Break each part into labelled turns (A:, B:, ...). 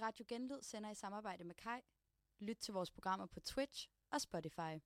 A: Radio Genlyd sender i samarbejde med Kai. Lyt til vores programmer på Twitch og Spotify.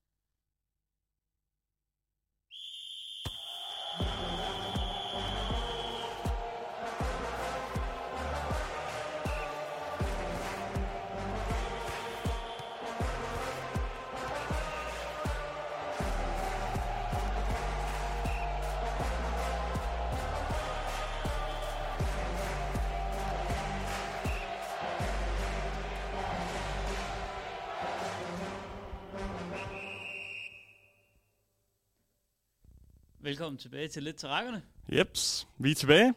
B: Velkommen tilbage til Lidt til Rækkerne.
C: Jeps, vi er tilbage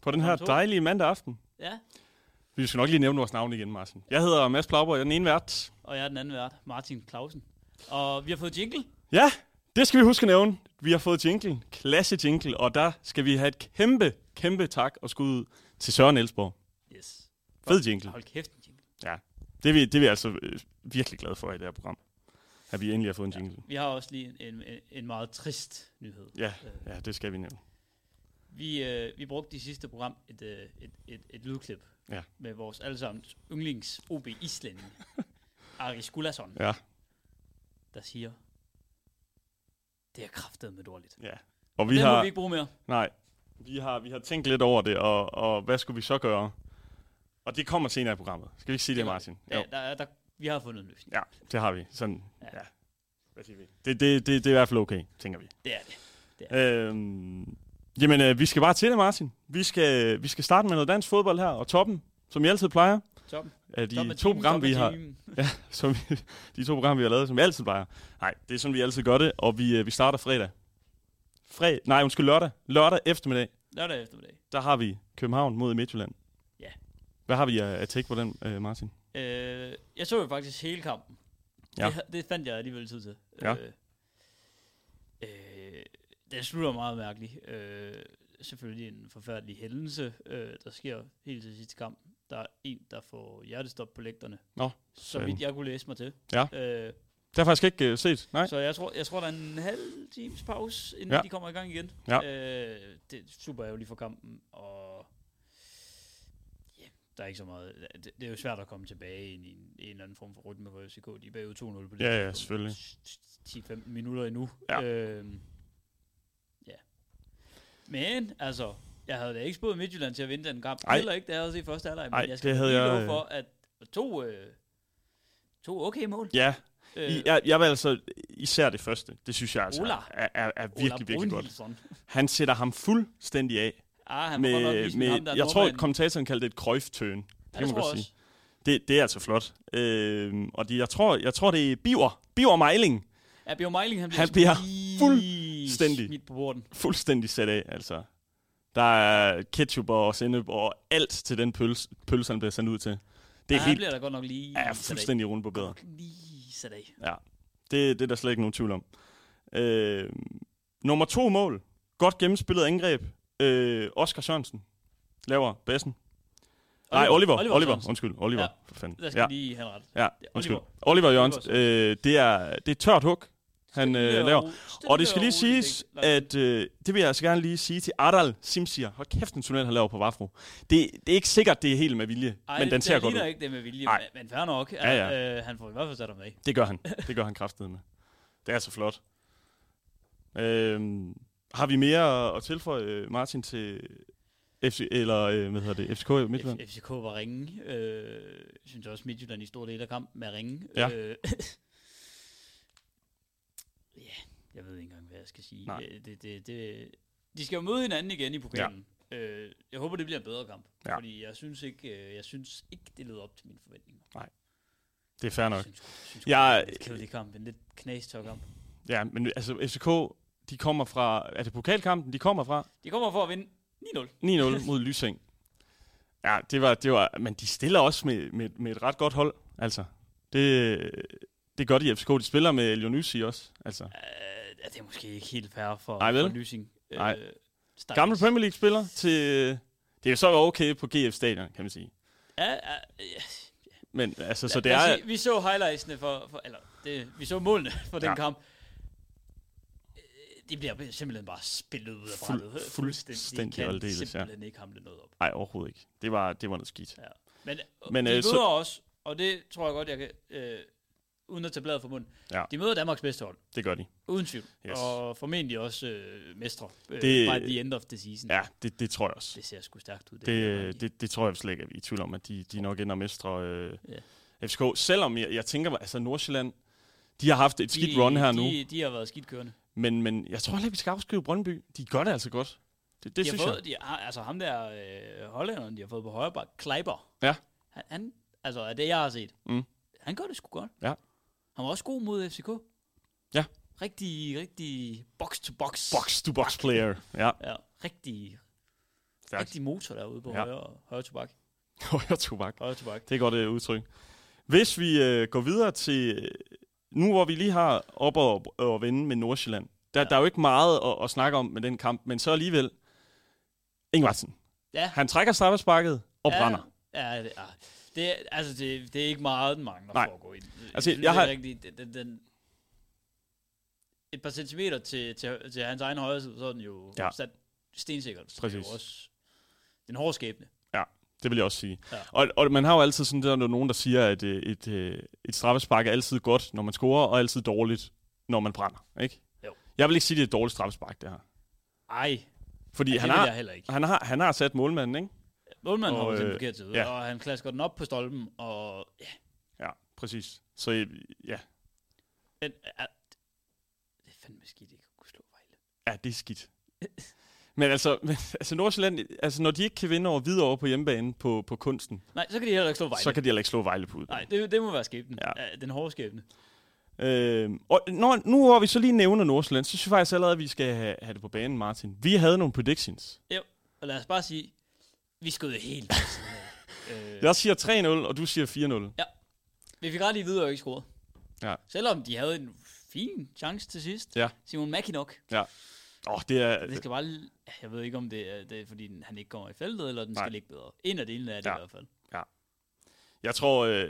C: på den her
B: Velkommen to.
C: dejlige mandag aften.
B: Ja,
C: Vi skal nok lige nævne vores navn igen, Martin. Jeg hedder Mads Plauborg, jeg er den ene vært.
B: og jeg er den anden vært, Martin Clausen. Og vi har fået jingle.
C: Ja, det skal vi huske at nævne. Vi har fået jingle, klasse jingle, og der skal vi have et kæmpe, kæmpe tak og skud ud til Søren Elsborg.
B: Yes.
C: Fed jingle.
B: Hold kæft, en jingle.
C: Ja, det er vi, det er vi altså øh, virkelig glade for i det her program, at vi endelig har fået en jingle.
B: Vi har også lige en, en, en- en meget trist nyhed. Øh,
C: Ja, ja det skal vi nævne.
B: Vi, øh, vi brugte i sidste program et, øh, et, et, et lydklip
C: Ja.
B: med vores allesammens yndlings OB islænding, Aris Gulason,
C: Ja,
B: der siger, det er kraftet med dårligt.
C: ja. Og vi
B: Vi Den har... må
C: har,
B: vi ikke bruge mere.
C: nej, vi har, vi har tænkt lidt over det, og, og hvad skulle vi så gøre? Og det kommer senere i programmet. Skal vi ikke sige det,
B: Det gør
C: Martin? Jo.
B: Der, der, er- der, vi har fundet en løsning.
C: Ja, det har vi. Sådan,
B: Ja.
C: ja. Det, det, det, det er i hvert fald okay, tænker vi.
B: Det er det.
C: Øhm, jamen, øh, vi skal bare til det, Martin. Vi skal, vi skal starte med noget dansk fodbold her, og toppen, som vi altid plejer.
B: Tom,
C: Af de
B: Tom er
C: to
B: team,
C: programmer,
B: Tom er
C: vi har,
B: team.
C: som, vi- de to programmer, vi har lavet, som vi altid plejer. Nej, det er sådan, vi altid gør det, og vi, øh, vi starter fredag. Fred, nej, undskyld, lørdag. Lørdag eftermiddag,
B: Lørdag eftermiddag.
C: der har vi København mod Midtjylland.
B: Ja.
C: Hvad har vi at, at take på den, øh, Martin?
B: Øh, jeg så jo faktisk hele kampen.
C: Ja.
B: Det, det fandt jeg alligevel tid til.
C: Ja.
B: Øh, øh, det slutter meget mærkeligt. Øh, selvfølgelig en forfærdelig hændelse, øh, der sker helt til sidste kamp. Der er en, der får hjertestop på lægterne.
C: Nå,
B: Så
C: sådan.
B: vidt jeg kunne læse mig til.
C: Ja.
B: Øh,
C: Det har jeg faktisk ikke øh, set. Nej.
B: så jeg tror, jeg tror, der er en halv times pause, inden ja.
C: Ja.
B: de kommer i gang igen.
C: Ja.
B: Øh, det er super ærgerligt for kampen, og ja, der er ikke så meget. Det, det er jo svært at komme tilbage ind i en, en eller anden form for rytme for FCK. De er bagud 2-0 på det.
C: Ja, ja,
B: tidspunkt.
C: selvfølgelig.
B: 10-15 minutter endnu.
C: Ja.
B: Øh, ja. Men, altså, jeg havde da ikke spået Midtjylland til at vinde den kamp.
C: Ej.
B: Heller ikke, da jeg havde set første halvleg. Men
C: Ej,
B: jeg skal
C: det havde
B: lige
C: jeg,
B: love
C: øh,
B: for, at to, øh, to okay mål.
C: Ja,
B: Øh,
C: I, jeg, jeg vil altså især det første. Det synes jeg altså
B: Ola.
C: er, er, er virkelig,
B: Ola
C: virkelig godt.
B: Brunhildsson.
C: Han sætter ham fuldstændig af.
B: Ah, han med, godt nok
C: Med,
B: vise med, ham, der
C: med, jeg tror, at kommentatoren kaldte det et krøjftøn. Det
B: Ja, det
C: kan
B: tror
C: man
B: jeg
C: godt
B: også.
C: sige. Det, det er altså flot. Øhm, og det, jeg, tror, jeg tror, det er Biver. Biver Meiling.
B: Ja, Bjørn Meiling, han bliver,
C: Han bliver
B: lige
C: fuldstændig-
B: smidt på borden.
C: Fuldstændig sat af, altså. Der er ketchup og sennep og alt til den pølse, pølse han bliver sendt ud til. Det er
B: ja,
C: helt
B: bliver der godt nok lige
C: ja,
B: sat af.
C: fuldstændig rundt på
B: Godt
C: bedre.
B: nok Lige sat af.
C: Ja, det, det er der slet ikke nogen tvivl om. Øh, nummer to mål. Godt gennemspillet angreb. Øh, Oscar Sørensen laver bassen. Nej, Oliver. Oliver, Oliver.
B: Sørensen.
C: undskyld. Oliver.
B: Ja.
C: Ja. For fanden.
B: Der skal
C: Ja,
B: lige have en ret.
C: ja,
B: Oliver.
C: undskyld. Oliver Jørgensen. Øh, det, er, det er et tørt hug, han øh, laver. Og det skal lige siges, at øh, det vil jeg altså gerne lige sige til Adal Simsir. Hold kæft, en tunnel han laver på Vafro. Det, det er ikke sikkert, det er helt med vilje, Ej, men den ser godt ud.
B: ikke det med vilje,
C: Nej.
B: men- men fair nok.
C: Ja,
B: ja. Øh, han får i hvert fald sat ham af.
C: Det gør han. Det gør han kraftedet med. Det er så flot. Øhm, har vi mere at tilføje, øh, Martin, til FC, eller, øh, hvad hedder det, FCK i Midtjylland?
B: F- FCK var ringe. Øh, synes også Midtjylland i stor del af kampen med ringe.
C: Ja.
B: Øh, ja, jeg ved ikke engang, hvad jeg skal sige.
C: Nej.
B: Øh, Det, det, det, de skal jo møde hinanden igen i pokalen. Ja. Øh, jeg håber, det bliver en bedre kamp.
C: Ja.
B: Fordi jeg synes ikke, øh, jeg synes ikke det levede op til mine forventninger.
C: Det er fair
B: Jeg
C: nok.
B: synes, jeg synes
C: Jeg-
B: det var en lidt kedelig kamp, en lidt knastør kamp.
C: Ja, men altså, FCK, de kommer fra, er det pokalkampen, de kommer fra?
B: De kommer for at vinde 9-0.
C: 9-0 mod Lysing. Ja, det var, det var, men de stiller også med, med, med et ret godt hold, altså. Det, det gør de i FCK, de spiller med Lionyssi også, altså.
B: Øh, det er måske ikke helt fair for,
C: Nej, vel?
B: for Lysing.
C: Nej.
B: Øh, stakkels.
C: Gamle Premier League-spiller til, det er jo så okay på GF-stadion, kan man sige.
B: Ja, ja, ja.
C: Men altså, så
B: Lad-
C: det
B: lad os
C: er...
B: Sige, vi så highlightsene for, for eller det, vi så målene for den
C: Ja.
B: kamp. Øh, De bliver simpelthen bare spillet ud af
C: Fuld-
B: brættet.
C: fuldstændig
B: De kan
C: aldeles, ja.
B: simpelthen ikke hamle noget op.
C: Nej, overhovedet ikke. Det var, det var noget skidt.
B: Ja. Men,
C: Men,
B: Men de
C: øh,
B: møder
C: så-
B: så... også, og det tror jeg godt, jeg kan, øh, uden at tage bladet for munden,
C: Ja.
B: de møder Danmarks bedste hold,
C: Det gør de.
B: uden tvivl.
C: Yes.
B: Yes. Og formentlig også øh, mestre øh,
C: Det-
B: det... by the end of the season.
C: Ja, det, det tror jeg også.
B: Det ser sgu stærkt ud. Det,
C: Det, det, det tror jeg slet ikke, at vi er i tvivl om, at de, de nok ender mestre øh, ja. FCK. Selvom jeg, jeg tænker, altså Nordsjælland, de har haft et skidt run her
B: de,
C: nu,
B: De, de har været skidt kørende.
C: men, men jeg tror heller ikke, vi skal afskrive Brøndby. De gør det altså godt. Det, det
B: de har
C: synes
B: fået,
C: jeg.
B: De har, altså ham der øh, hollænderen, de har fået på højre bak, Kleiber.
C: Ja.
B: Han, han, altså af det, jeg har set.
C: Mm.
B: Han gør det sgu godt.
C: Ja.
B: Han var også god mod FCK.
C: Ja.
B: Rigtig, rigtig box-to-box.
C: Box to box player. Ja,
B: Ja, rigtig,
C: stærkt.
B: rigtig motor derude på
C: Ja.
B: ja. højre, højre tobak.
C: Højre tobak.
B: Højre tobak.
C: Det er godt et udtryk. Hvis vi øh, går videre til, øh, nu hvor vi lige har op og, og vende med Nordsjælland, der, ja.
B: Ja.
C: der er jo ikke meget at, at snakke om med den kamp, men så alligevel, Ingvartsen,
B: Ja.
C: han trækker straffesparket og ja. brænder.
B: Ja, ja, det, ah, det, er- altså, det, det er ikke meget, den mangler
C: Nej.
B: for at gå ind.
C: Altså,
B: synes,
C: jeg
B: det er
C: har-
B: Rigtig, den, den, den, et par centimeter til, til, til hans egen højre side, så er den jo
C: Ja.
B: ja. sat stensikkert. Så Det er
C: Præcis.
B: jo også den hårde skæbne.
C: Det vil jeg også sige. Ja.
B: Ja.
C: Og, og man har jo altid sådan, der er jo nogen, der siger, at øh, et, øh, et straffespark er altid godt, når man scorer, og altid dårligt, når man brænder. Ikke?
B: Jo.
C: Jeg vil ikke sige, at det er et dårligt straffespark, det her.
B: Ej,
C: Fordi
B: ja,
C: ja, han,
B: det vil jeg
C: har,
B: heller ikke.
C: han, har, han har sat målmanden, ikke?
B: Målmanden
C: Og,
B: har øh,
C: øh,
B: den forkerte side,
C: ja.
B: ja. og han klasker den op på stolpen, og ja,
C: Ja, præcis. Så øh, ja,
B: den, er, det er fandme skidt, ikke at kunne slå Vejle.
C: ja det er skidt. men altså, men, altså Nordsjælland, altså, når de ikke kan vinde over Hvidovre på hjemmebane på, på kunsten,
B: Nej, så kan de heller ikke slå Vejle.
C: Vejle. så kan de heller ikke slå Vejle på ud.
B: Nej, det, det må være skæbnen.
C: Ja.
B: Ja. Den hårde skæbne.
C: Øh, og når, nu hvor vi så lige nævner Nordsjælland, så synes jeg faktisk allerede, at vi skal have, have det på banen, Martin. Vi havde nogle predictions.
B: Jo, og lad os bare sige, vi skød helt ved siden af. øh,
C: Jeg siger 3-0, og du siger 4-0.
B: Vi fik ret i videre ikke scoret.
C: Ja.
B: Selvom de havde en fin chance til sidst.
C: Ja.
B: Simon Mackinock.
C: Åh, oh, det er...
B: Det skal bare... l- Jeg ved ikke, om det er, det er fordi den- han ikke kommer i feltet, eller den
C: Nej.
B: Nej. skal ligge bedre. En af delene er det
C: Ja.
B: i hvert fald.
C: Jeg tror, øh,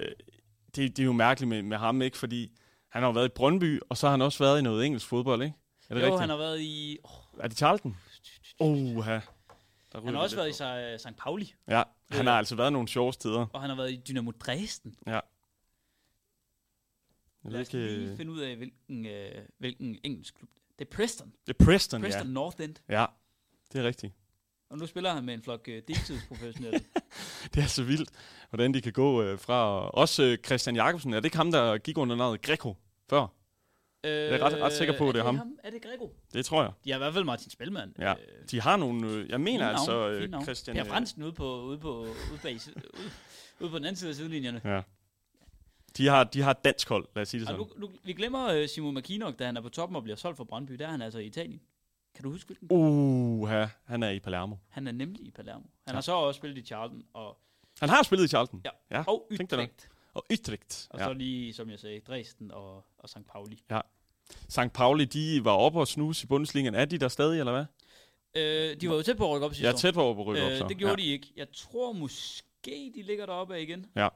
C: det, det er jo mærkeligt med, med ham, ikke? Fordi han har jo været i Brøndby, og så har han også været i noget engelsk fodbold, ikke? Er
B: Jo,
C: det rigtigt?
B: han har været i... Oh,
C: Er det Charlton? Oha. Der
B: han
C: ryger
B: har også
C: det
B: været i
C: lidt
B: Sa- St. Pauli,
C: på. Ja, han har altså været nogle sjove steder.
B: og han har været i Dynamo Dresden.
C: Jeg ved
B: Lad os
C: ikke...
B: lige
C: øh,
B: finde ud af, hvilken, øh, hvilken engelsk klub. Det er Preston.
C: Det er Preston,
B: Preston North End.
C: ja. Ja, det er rigtigt.
B: Og nu spiller han med en flok øh, deltidsprofessionelle.
C: Det er så vildt, hvordan de kan gå øh, fra... Også øh, Christian Jakobsen. Er det ikke ham, der gik under navnet Greco før?
B: jeg
C: er ret- ret sikker på, det er ham.
B: Øh, Er det Grego?
C: Det tror jeg.
B: De har i hvert fald Martin Spilman.
C: Ja.
B: Øh,
C: De har nogle... Øh, jeg mener
B: Fine
C: altså...
B: navne, fine
C: Øh,
B: navne.
C: Christian...
B: Per
C: øh,
B: Fransen ude på, ude på, ude bag, si- ude, ude på den anden side af sidelinjerne.
C: Ja. De har, de har et dansk hold, lad os sige det
B: Og
C: sådan.
B: nu, nu, vi glemmer uh, Simon McKinnock, da han er på toppen og bliver solgt fra Brøndby. Der er han altså i Italien. Kan du huske hvilken?
C: Uha, han er i Palermo.
B: Han er nemlig i Palermo. Han
C: Ja.
B: har så også spillet i Charlton og,
C: Han har spillet i Charlton.
B: Ja.
C: ja.
B: og
C: Ah, tænk dig nok.
B: Utrecht.
C: Og Utrecht.
B: Og
C: Ja.
B: så lige, som jeg sagde, Dresden og, og St. Pauli.
C: St. Pauli, de var oppe og snuse i Bundesligaen. Er de der stadig, eller hvad?
B: Øh, de var jo tæt på at rykke op sidste
C: Jeg er tæt på at rykke op, så.
B: øh, Det gjorde ja. de ikke. Jeg tror måske, de ligger deroppe af igen.
C: Ja.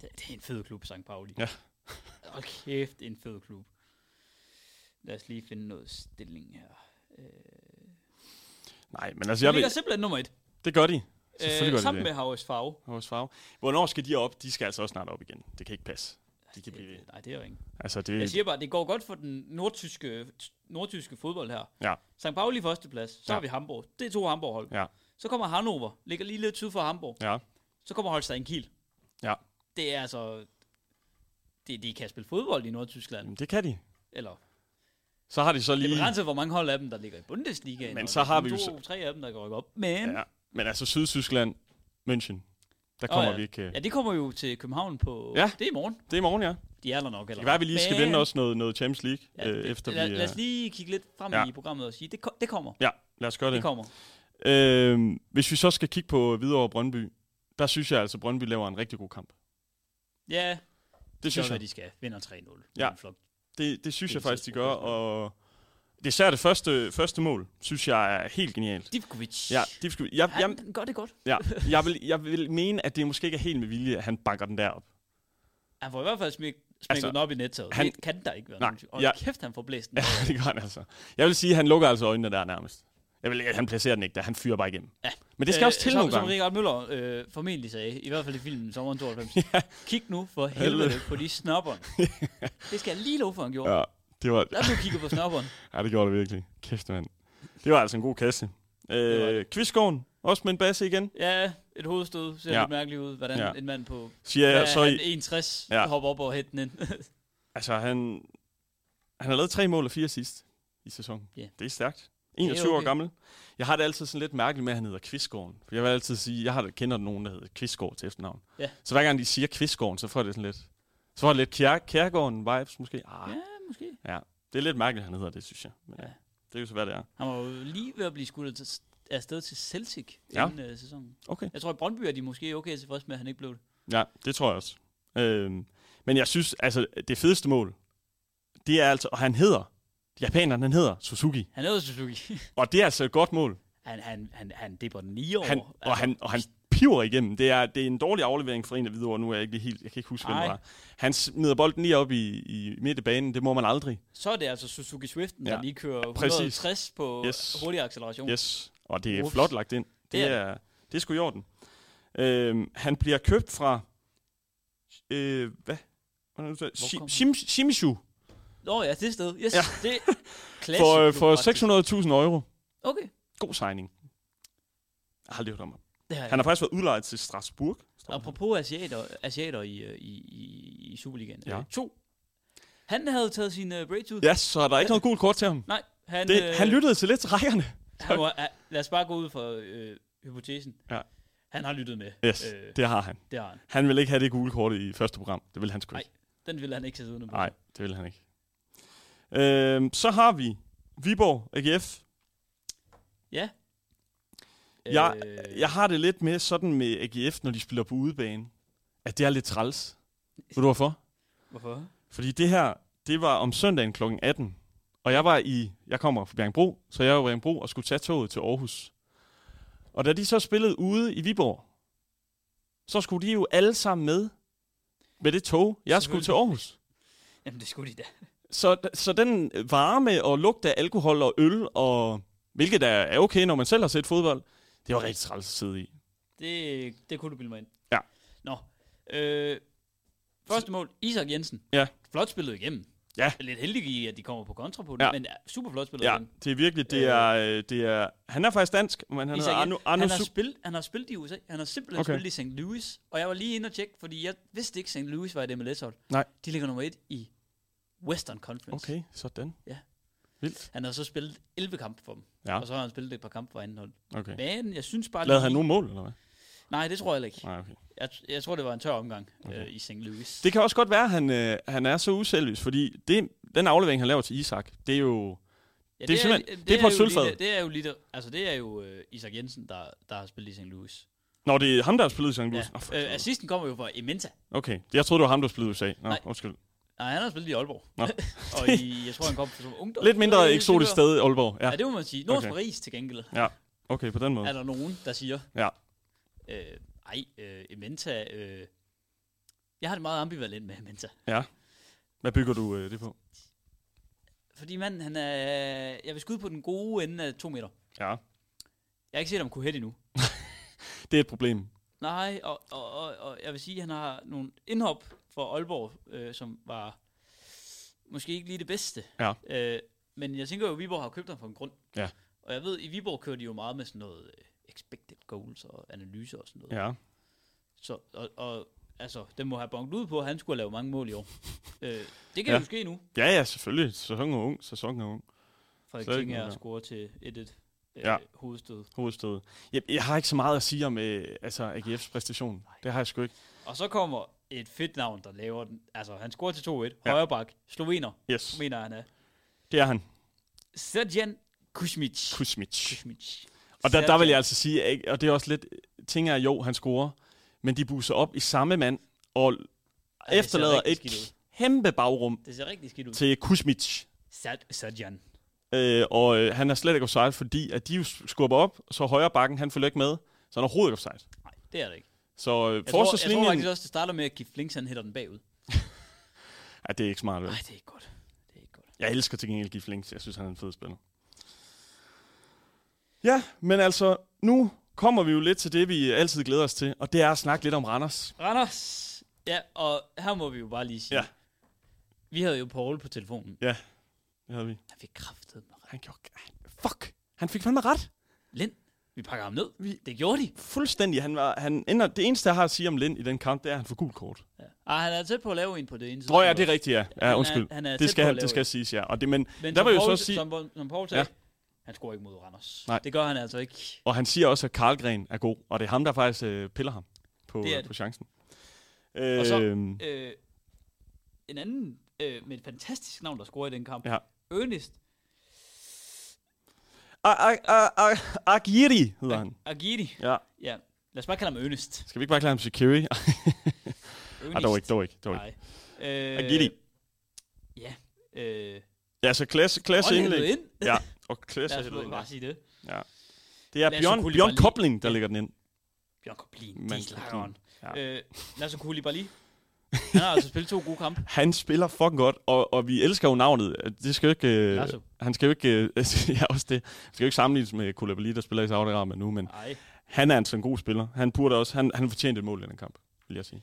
B: Det, det er en fed klub, St. Pauli.
C: Ja.
B: Hold kæft, en fed klub. Lad os lige finde noget stilling her. Øh,
C: Nej, men altså,
B: de
C: jeg
B: ligger
C: ved,
B: simpelthen nummer et.
C: det gør de. Selvfølgelig
B: Øh,
C: gør de
B: sammen
C: det.
B: med Havs Farve.
C: Hos Favre. Hvornår skal de op? De skal altså også snart op igen. Det kan ikke passe. De kan blive ved.
B: Nej, det er jo ikke.
C: Altså,
B: Jeg
C: det,
B: siger bare, det går godt for den nordtyske, nordtyske fodbold her.
C: Ja.
B: St. Pauli førsteplads, så
C: Ja.
B: ja. har vi Hamburg. Det er to Hamburg-hold.
C: Ja.
B: Så kommer Hannover, ligger lige lidt syd for Hamburg.
C: ja,
B: Så kommer Holstein Kiel.
C: Ja.
B: Det er altså... Det, de kan spille fodbold i Nordtyskland.
C: Jamen, det kan de.
B: Eller
C: Så har de så
B: det er
C: lige...
B: begrænset, hvor mange hold af dem, der ligger i Bundesligaen.
C: Men
B: og
C: så
B: der er
C: har
B: kun
C: vi jo
B: to, tre af dem, der går rykke op. Men...
C: Ja. Men altså, Sydtyskland, München. Der
B: Åh,
C: kommer
B: ja.
C: vi ikke... øh.
B: Ja, det kommer jo til København på...
C: Ja.
B: Det er i morgen.
C: Det er i morgen, ja.
B: De er der nok.
C: Det
B: Eller
C: kan være, at vi lige skal
B: Men-
C: vende også noget, noget Champions League,
B: Ja,
C: øh,
B: det-
C: efter
B: lad,
C: vi...
B: lad os
C: øh,
B: lige kigge lidt frem
C: Ja.
B: i programmet og sige, det, ko- det kommer.
C: Ja, lad os gøre
B: Det
C: det.
B: kommer.
C: Øhm, hvis vi så skal kigge på Hvidovre og Brøndby, der synes jeg altså, at Brøndby laver en rigtig god kamp.
B: Ja,
C: Det
B: det er,
C: synes
B: hvad
C: jeg.
B: de skal. Vinder 3-0.
C: Ja.
B: En flok.
C: Det, det synes
B: Det
C: jeg
B: er
C: faktisk, de
B: så-
C: gør, og det er især det første, første mål, synes jeg er helt genialt.
B: Divkovic.
C: Ja, de skal, jeg, jeg,
B: Han han gør det godt.
C: ja, jeg, vil, jeg vil mene, at det måske ikke er helt med vilje, at han banker den derop.
B: Han får i hvert fald smækket
C: Altså,
B: altså, den op i nettet.
C: han-
B: Han, det kan der ikke være
C: Nej,
B: nogen tvivl. Og
C: ja.
B: kæft, han får blæst den.
C: Ja, det gør han altså. Jeg vil sige, at han lukker altså øjnene der nærmest. Jeg vil, han placerer den ikke der. Han fyrer bare igennem.
B: Ja.
C: Men det skal øh, også til
B: som,
C: nogle
B: som
C: gange.
B: Richard Møller øh, formentlig sagde, i hvert fald i filmen sommeren 92. ja. Kig nu for helvede
C: Helvede.
B: på de snopper. det skal jeg lige love for, han gjorde. Ja.
C: Ja, det var,
B: Lad nu kigge på snopperen.
C: ja, det gjorde det virkelig. Kæft, mand. Det var altså en god kasse.
B: Det var
C: Øh, Kvistgården, også med en basse igen,
B: Ja, et hovedstød ser
C: Ja.
B: ja. lidt mærkeligt ud. Hvordan
C: Ja.
B: ja. en mand på
C: siger jeg.
B: ja,
C: Så
B: så
C: i,
B: 61
C: Ja.
B: ja. hopper op og hætter den ind.
C: altså, han, han har lavet tre mål og fire sidst i sæsonen.
B: Ja.
C: Det er stærkt.
B: er
C: 21 år
B: okay.
C: gammel. Jeg har det altid sådan lidt mærkeligt med, at han hedder Kvistgården. For jeg vil altid sige, jeg har det, kender nogen, der hedder Kvistgård til efternavn.
B: Ja.
C: Så hver gang de siger Kvistgården, så får det sådan lidt... Så får det lidt Kjær, Kjærgården-vibes måske. Ah,
B: ja, måske.
C: Det er lidt mærkeligt, han hedder det, synes jeg. Men, ja.
B: Ja.
C: Det er jo så, hvad det er.
B: Han var jo lige ved at blive skudt til- afsted til Celtic
C: Ja.
B: ja. inden uh, sæsonen.
C: Okay.
B: Jeg tror, i Brøndby er de måske okay tilfredse med, at han ikke blev det.
C: Ja, det tror jeg også. Øhm, men jeg synes, altså, det fedeste mål, det er altså, og han hedder, japaneren, han hedder Suzuki.
B: Han er jo Suzuki.
C: Og det er altså et godt mål.
B: han, han, han, han dipper den lige over.
C: Han, og,
B: altså-
C: han, og han piver igennem. Det er, det er en dårlig aflevering for en af videre, nu er jeg ikke lige helt, jeg kan ikke huske, hvem
B: Ej.
C: det var. Han smider bolden lige op i, i midt i banen, det må man aldrig.
B: Så er det altså Suzuki Swiften,
C: Ja,
B: der lige kører
C: præcis.
B: 160 på
C: Yes.
B: yes. hurtig acceleration.
C: Yes, og det er
B: Ups.
C: flot lagt ind. Det,
B: Det er
C: det er, det er sgu i orden. Øhm, han bliver købt fra, øh, hvad? Hvordan er det, så?
B: Hvor kom
C: Shim,
B: han?
C: Shim, Shimizu.
B: Nå ja, det sted. Yes,
C: Ja.
B: ja. det er klassisk.
C: for, øh,
B: klub,
C: for
B: faktisk.
C: 600.000 euro.
B: Okay.
C: God signing. Jeg har aldrig hørt om ham.
B: Det har jeg.
C: Han har faktisk været udlejet til Strasbourg.
B: Apropos asiater, asiater i, øh, i, i, i Superligaen.
C: Ja.
B: Øh, To. Han havde taget sin uh, braids ud.
C: Ja, så er der ikke noget gult kort til ham.
B: Nej, han, øh,
C: Det, han lyttede til lidt til rækkerne.
B: han var, ah, lad os bare gå ud for øh, hypotesen.
C: Ja.
B: Han har lyttet med.
C: Yes,
B: Øh,
C: det har han.
B: det har han.
C: Han ville ikke have det gule kort i første program. Det ville han sgu
B: Nej.
C: ikke.
B: Den ville han ikke sidde udenom.
C: Nej, det ville han ikke. Øhm, så har vi Viborg AGF.
B: Ja.
C: Jeg,
B: Øh,
C: jeg har det lidt med sådan med AGF, når de spiller på udebane, at det er lidt træls. Ved du hvorfor?
B: Hvorfor?
C: Fordi det her, det var om søndagen kl. 18. Og jeg var i, jeg kommer fra Bjergbro, så jeg var i Bjergbro og skulle tage toget til Aarhus. Og da de så spillede ude i Viborg, så skulle de jo alle sammen med med det tog, jeg skulle til Aarhus.
B: Jamen, det skulle de da.
C: Så, så den varme og lugt af alkohol og øl, og hvilket er er okay, når man selv har set fodbold, det var rigtig træls at sidde i.
B: Det, det kunne du bilde mig ind.
C: Ja.
B: Nå. Øh, første mål, Isak Jensen.
C: Ja.
B: Flot spillet igennem.
C: Ja.
B: Lidt heldig i, at de kommer på kontra på det,
C: Ja.
B: ja. men ja, super flot spillet
C: Ja,
B: igennem.
C: det er virkelig, det er, øh, det er, han er faktisk dansk, men
B: Isak
C: han hedder
B: Jensen,
C: Arno, Arno
B: han, har
C: Su-
B: spillet, han har spillet i USA. Han har simpelthen
C: Okay.
B: okay. spillet i St. Louis. Og jeg var lige inde og tjekke, fordi jeg vidste ikke, at St. Louis var et MLS-hold.
C: Nej.
B: De ligger nummer et i Western Conference.
C: Okay, sådan.
B: Ja.
C: Vildt.
B: Han har så spillet 11 kampe for dem.
C: Ja.
B: Og så har han spillet et par kampe for anden hold.
C: Okay.
B: Men jeg synes bare...
C: Lavede
B: lige-
C: han nogen mål, eller hvad?
B: Nej, det tror jeg ikke.
C: Nej, okay.
B: Jeg, jeg tror, det var en tør omgang
C: Okay.
B: okay. øh, i St. Louis.
C: Det kan også godt være, at han, øh, han er så uselvisk, fordi det, den aflevering, han laver til Isak, det er jo...
B: Ja,
C: Det er simpelthen- det er på et
B: jo
C: sølvfad.
B: lige- Det er jo lige der, altså det er jo øh, Isak Jensen, der, der har spillet i St. Louis.
C: Når det er ham, der har spillet i St. Louis.
B: Ja.
C: Åh, for
B: Øh,
C: helvede.
B: assisten kommer jo fra Ementa.
C: Okay, jeg troede, det var ham, der spillede i USA. Nå,
B: Nej.
C: undskyld.
B: Nej, han har spillet i Aalborg.
C: Nå.
B: og i, jeg tror, han kom som ungdom.
C: Lidt mindre
B: Øh,
C: eksotisk
B: det var-
C: sted i Aalborg. Ja.
B: Ja, det må man sige. Nords Paris til gengæld.
C: Okay, på den måde.
B: Er der nogen, der siger.
C: Ja.
B: Øh, ej, øh, Ementa... Øh, jeg har det meget ambivalent med Ementa.
C: Hvad bygger du øh, det på?
B: Fordi manden, han er... Jeg vil skyde på den gode ende af to meter.
C: Ja,
B: Jeg har ikke set ham kunne hætte endnu.
C: det er et problem.
B: Nej, og, og, og, og jeg vil sige, at han har nogle indhop for Aalborg, øh, som var måske ikke lige det bedste.
C: Ja.
B: Øh, men jeg tænker jo, at Viborg har købt ham for en grund.
C: Ja.
B: Og jeg ved, i Viborg kører de jo meget med sådan noget øh, expected goals og analyser og sådan noget.
C: Ja.
B: Så, og, og altså, den må have bonget ud på, at han skulle lave mange mål i år. øh, det kan
C: Ja.
B: jo ske nu.
C: Ja, ja, selvfølgelig. Sæsonen er ung. Sæsonen er ung. Så er
B: Frederik
C: det
B: Ting
C: ikke
B: er
C: noget
B: at
C: der.
B: score til 1-1 øh,
C: Ja.
B: ja. hovedstød.
C: Hovedstød. Jeg, jeg, har ikke så meget at sige om øh, altså, AGF's præstation. Det har jeg sgu ikke.
B: Og så kommer et fedt navn, der laver den. Altså, han scorer til 2-1. Ja. Højrebak. Slovener,
C: Yes,
B: mener jeg, han er.
C: det er han.
B: Serjan Kuzmic.
C: Kuzmic.
B: Kuzmic.
C: Og der, der vil jeg
B: Serjan.
C: altså sige, at- og det er også lidt, ting er jo, han scorer, men de buser op i samme mand, og
B: Ej, det
C: efterlader
B: ser
C: altså et
B: rigtig skidt ud.
C: kæmpe bagrum
B: Det ser rigtig skidt ud.
C: til Kuzmic.
B: Ser- Serjan. offside.
C: Øh, og øh, han er slet ikke offside, fordi at de jo skubber op, og så højre bakken, han følger ikke med, så han er overhovedet ikke offside.
B: Nej, det er det ikke.
C: Så øh,
B: Jeg tror, jeg tror
C: forsvarslinjen...
B: faktisk også, det starter med, at Gif Links, han hætter den bagud.
C: Ja, det er ikke smart, vel?
B: Nej, det er ikke godt. Det er ikke godt.
C: Jeg elsker til gengæld Gif Links. Jeg synes, han er en fed spiller. Ja, men altså, nu kommer vi jo lidt til det, vi altid glæder os til, og det er at snakke lidt om Randers.
B: Randers! Ja, og her må vi jo bare lige sige,
C: Ja.
B: ja. vi havde jo Paul på telefonen.
C: Det havde vi.
B: Han fik kraftet mig.
C: Han gjorde... Fuck! Han fik fandme ret.
B: Lind, vi pakker ham ned.
C: Vi-
B: Det gjorde de.
C: Fuldstændig. Han var, han ender, det eneste, jeg har at sige om Lind i den kamp, det er, at han får gul kort.
B: Ja. Ah, han er tæt på at lave en på det ene.
C: Tror jeg,
B: tidspunkt
C: det er rigtigt, ja.
B: Han
C: Ja,
B: er-
C: undskyld.
B: han er
C: det,
B: tæt
C: skal,
B: på
C: han-
B: at
C: det
B: lave
C: skal siges, ja. Og, det, men,
B: Men
C: der
B: som
C: var jo så
B: Poul-
C: at sige...
B: Som, Poul- som Paul sagde, ja. han scorer ikke mod Randers.
C: Nej.
B: Det gør han altså ikke.
C: Og han siger også, at Karlgren er god, og det er ham, der faktisk øh, piller ham på,
B: Det er
C: øh,
B: det.
C: på chancen.
B: Og så-
C: Øhm,
B: Øh, en anden øh, med et fantastisk navn, der scorer i den kamp.
C: Ja.
B: Ernest
C: A- A- A- A- Agiri hedder han.
B: Ag- Agiri.
C: Ja.
B: ja. Lad os bare kalde ham Ernest.
C: Skal vi ikke bare klare ham security?
B: Ernest.
C: Nej, dog ikke, dog ikke. Dog ikke.
B: Nej. Øh,
C: Agiri.
B: Ja. Øh,
C: Ja, så klasse, klasse
B: Ronny
C: indlæg.
B: hed ind.
C: Ja, og klasse
B: Lad os
C: indlæg.
B: nu bare sige det.
C: Det er
B: Lasse
C: Bjørn,
B: Koulibaly.
C: Bjørn Kobling, der lægger den ind.
B: Bjørn Koblin,
C: Man skal
B: dieselhakkeren.
C: blive-
B: Øh, Lasse Koulibaly. Han har altså spillet to gode kampe.
C: Han spiller fucking godt, og, og vi elsker jo navnet. Det skal jo ikke... Øh,
B: Lasse.
C: han skal jo ikke... Øh, ja, også det. Han skal jo ikke sammenlignes med Koulibaly, der spiller i Saudi-Arabien nu, men
B: Nej.
C: han er altså en god spiller. Han burde også... Han, han fortjente et mål i den kamp, vil jeg sige.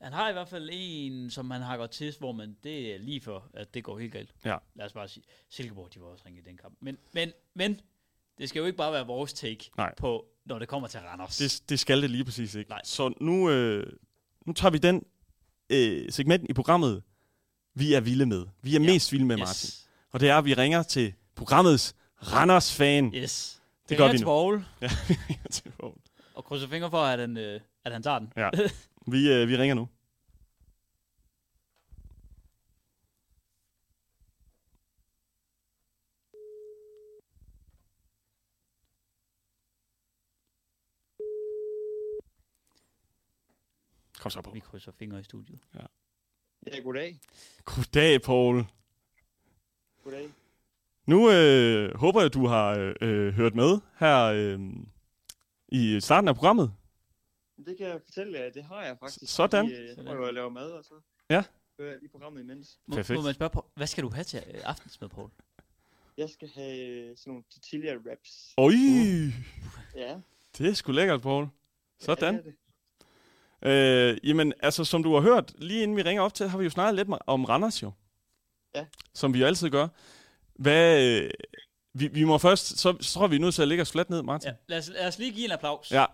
B: Han har i hvert fald en, som han hakker til, hvor man, det er lige for, at det går helt galt.
C: Ja.
B: Lad os bare sige, Silkeborg, de var også ringe i den kamp. Men, men, men, det skal jo ikke bare være vores take
C: Nej.
B: på, når det kommer til Randers.
C: Det, det skal det lige præcis ikke.
B: Nej.
C: Så nu, øh, nu tager vi den øh, segment i programmet, vi er vilde med. Vi er
B: Ja.
C: mest vilde med, Martin. Og det er, at vi ringer til programmets Randers-fan.
B: Yes. yes.
C: Det gør
B: ringer
C: vi
B: til
C: nu.
B: Poul,
C: Ja.
B: og krydser fingre for, at han, øh, at han tager den.
C: ja. Vi, øh, vi ringer nu. Kom så, Poul.
B: Vi krydser fingre i studiet.
D: Ja, goddag.
C: Goddag, Poul.
D: Goddag.
C: Nu øh, håber jeg, du har øh, øh, hørt med her øh, i starten af programmet.
D: Det kan jeg fortælle jer, det har jeg faktisk.
C: Sådan.
D: Fordi, øh, Jeg prøver at lave mad, og så
C: Ja.
D: hører jeg lige programmet imens.
B: Må,
C: Perfekt.
B: må man spørge, Poul, hvad skal du have til øh, aftensmad, Poul?
D: Jeg skal have øh, sådan nogle tortilla wraps.
C: Oj, Uh.
D: Ja.
C: det er sgu lækkert, Poul. Sådan.
D: Ja, det er det.
C: Øh, jamen, altså, som du har hørt, lige inden vi ringer op til, har vi jo snakket lidt om Randers jo.
D: Ja.
C: Som vi jo altid gør. Hvad, øh, vi, vi må først, så, så tror jeg, vi er nødt til at lægge os fladt ned, Martin.
B: Ja, lad, os, lad os lige give en applaus.
C: Ja.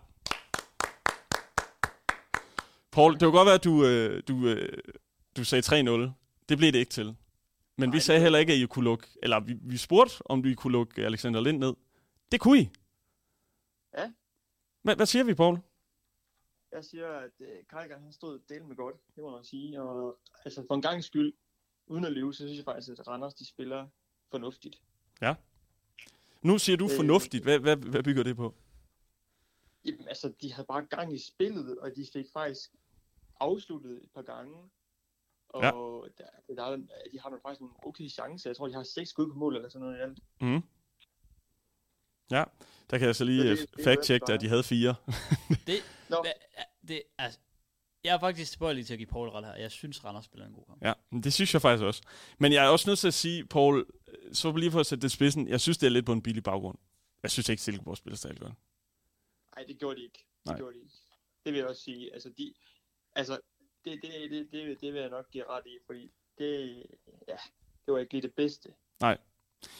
C: Paul, det kunne godt være, at du, øh, du, øh, du sagde 3-0. Det blev det ikke til. Men
D: Nej,
C: vi
D: det
C: sagde
D: blev-
C: heller ikke, at I kunne lukke... Eller vi, vi spurgte, om vi kunne lukke Alexander Lind ned. Det kunne I.
D: Ja.
C: Hvad, hvad siger vi, Paul?
D: Jeg siger, at øh, Karlgaard, han stod del med godt, det må man sige. Og altså for en gang skyld, uden at lyve, så synes jeg faktisk, at Randers, de spiller fornuftigt.
C: Nu siger du
D: Øh.
C: fornuftigt. Hvad, hvad, hvad bygger det på?
D: Jamen, altså, de havde bare gang i spillet, og de fik faktisk afsluttet et par gange. Og
C: Ja.
D: der, der, er- de har nogle- faktisk nogle okay chancer. Jeg tror, de har seks skud på mål eller sådan noget. i alt.
C: Mm. Ja, der kan jeg så
D: Så
C: lige
D: det-
C: øh,
D: det er
C: fact-check,
D: bare-
C: at de havde fire.
D: Nå.
B: Hva, det, altså, jeg er faktisk tilbøjelig til at give Poul ret her. Jeg synes, Randers spiller en god kamp.
C: Ja, men det synes jeg faktisk også. Men jeg er også nødt til at sige, Paul, øh, så lige for at sætte det i spidsen, jeg synes, det er lidt på en billig baggrund. Jeg synes ikke, Silkeborg spiller særlig godt.
D: Nej, det gjorde de ikke. Det
C: Nej.
D: gjorde de ikke. Det vil jeg også sige. Altså, de, altså det, det, det, det, det vil jeg nok give ret i, fordi det, ja, det var ikke lige det bedste.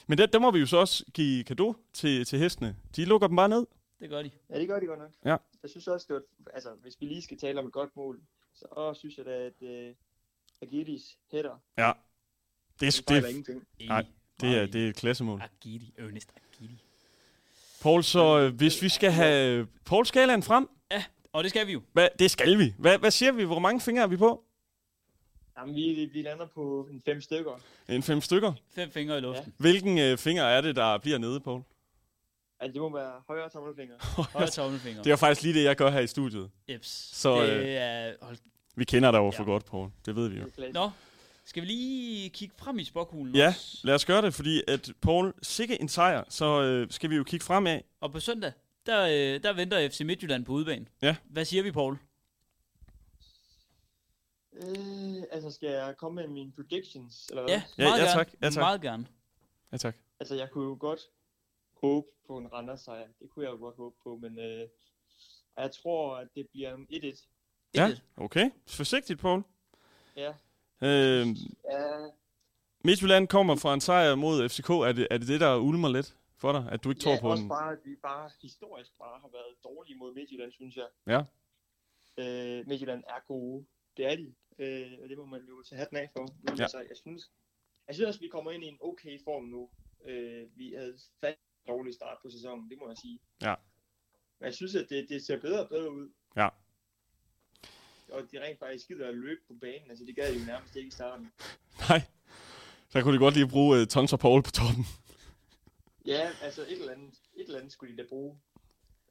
C: Men der, der må vi jo så også give kado til, til hestene. De lukker dem bare ned.
B: Det gør de.
D: Ja, det gør de godt nok.
C: Ja.
D: Jeg synes også, det var, et- altså, hvis vi lige skal tale om et godt mål, så åh, synes jeg da, at øh, Agilis hætter,
C: Det er,
D: det
C: sgu-
D: fejler
C: det,
D: ingenting.
C: Nej, det er, det er et klassemål.
B: Agidi, Ernest Agidi.
C: Paul, så øh, hvis vi skal have Paul skalaen frem,
B: Og det skal vi jo.
C: hvad, det skal vi. Hvad, hvad siger vi? Hvor mange fingre er vi på?
D: Jamen, vi, vi lander på en fem stykker.
C: En fem stykker.
B: Fem fingre i luften.
C: Hvilken øh, finger er det, der bliver nede, Paul?
D: Altså, det må være højre tommelfinger.
B: Ja. Højre tommelfinger.
C: Det er jo faktisk lige det, jeg gør her i studiet.
B: Eps.
C: Så, øh,
B: det er... Hold...
C: Vi kender dig jo for
B: Ja.
C: godt, Paul. Det ved vi jo.
D: Det er klasse.
B: Nå, skal vi lige kigge frem i spokhulen?
C: Ja,
B: også?
C: lad os gøre det, fordi at Paul, sikke en sejr, så øh, skal vi jo kigge fremad.
B: Og på søndag, der, øh, der venter FC Midtjylland på udebane.
C: Ja.
B: Hvad siger vi, Poul?
D: Øh, altså, skal jeg komme med mine predictions, eller hvad?
B: Ja,
C: Ja,
B: meget
C: ja,
B: gerne.
C: tak. Ja, tak.
B: Meget gerne.
C: Ja, tak.
D: Altså, jeg kunne jo godt håbe på en Randers sejr. Det kunne jeg jo godt håbe på, men øh, jeg tror, at det bliver en 1-1.
C: Ja, okay. Forsigtigt, Paul.
D: Ja,
C: Øh,
D: ja
C: Midtjylland kommer fra en sejr mod FCK. Er det, er det det, der ulmer lidt for dig? At du ikke tror
D: ja,
C: på
D: også
C: den?
D: bare, at vi bare historisk bare har været dårlige mod Midtjylland, synes jeg.
C: Ja.
D: Øh, Midtjylland er gode. Det er de. Øh, og det må man jo tage hatten af for. Men
C: Ja.
D: ja. altså, jeg synes, jeg synes også, vi kommer ind i en okay form nu. Øh, vi havde fat en dårlig start på sæsonen, det må jeg sige.
C: Ja.
D: Men jeg synes, at det, det ser bedre og bedre ud.
C: Ja.
D: Og de rent faktisk gider at løbe på banen. Altså, det gad de jo nærmest ikke i starten.
C: Nej. Der kunne de godt lige bruge uh, Tons og Paul på toppen.
D: Ja, altså et eller andet, et eller andet skulle de da bruge.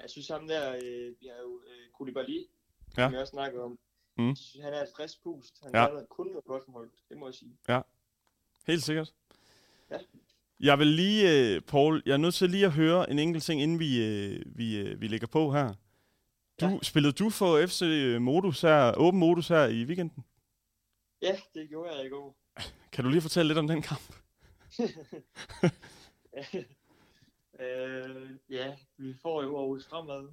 D: Jeg synes ham der, øh, vi har jo øh, Koulibaly,
C: Ja.
D: ja. som jeg også snakkede om.
C: Mm.
D: Jeg Synes, han er et frisk pust. Han
C: Ja.
D: ja. har kun noget godt forhold, det må jeg sige.
C: Helt sikkert.
D: Ja.
C: Jeg vil lige, uh, Paul, jeg er nødt til lige at høre en enkelt ting, inden vi, uh, vi, uh, vi lægger på her. Du,
D: Ja.
C: Spillede du for FC Modus her, Åben Modus her i weekenden?
D: Ja, det gjorde jeg i går.
C: Kan du lige fortælle lidt om den kamp?
D: øh, ja, vi får jo Aarhus fremad.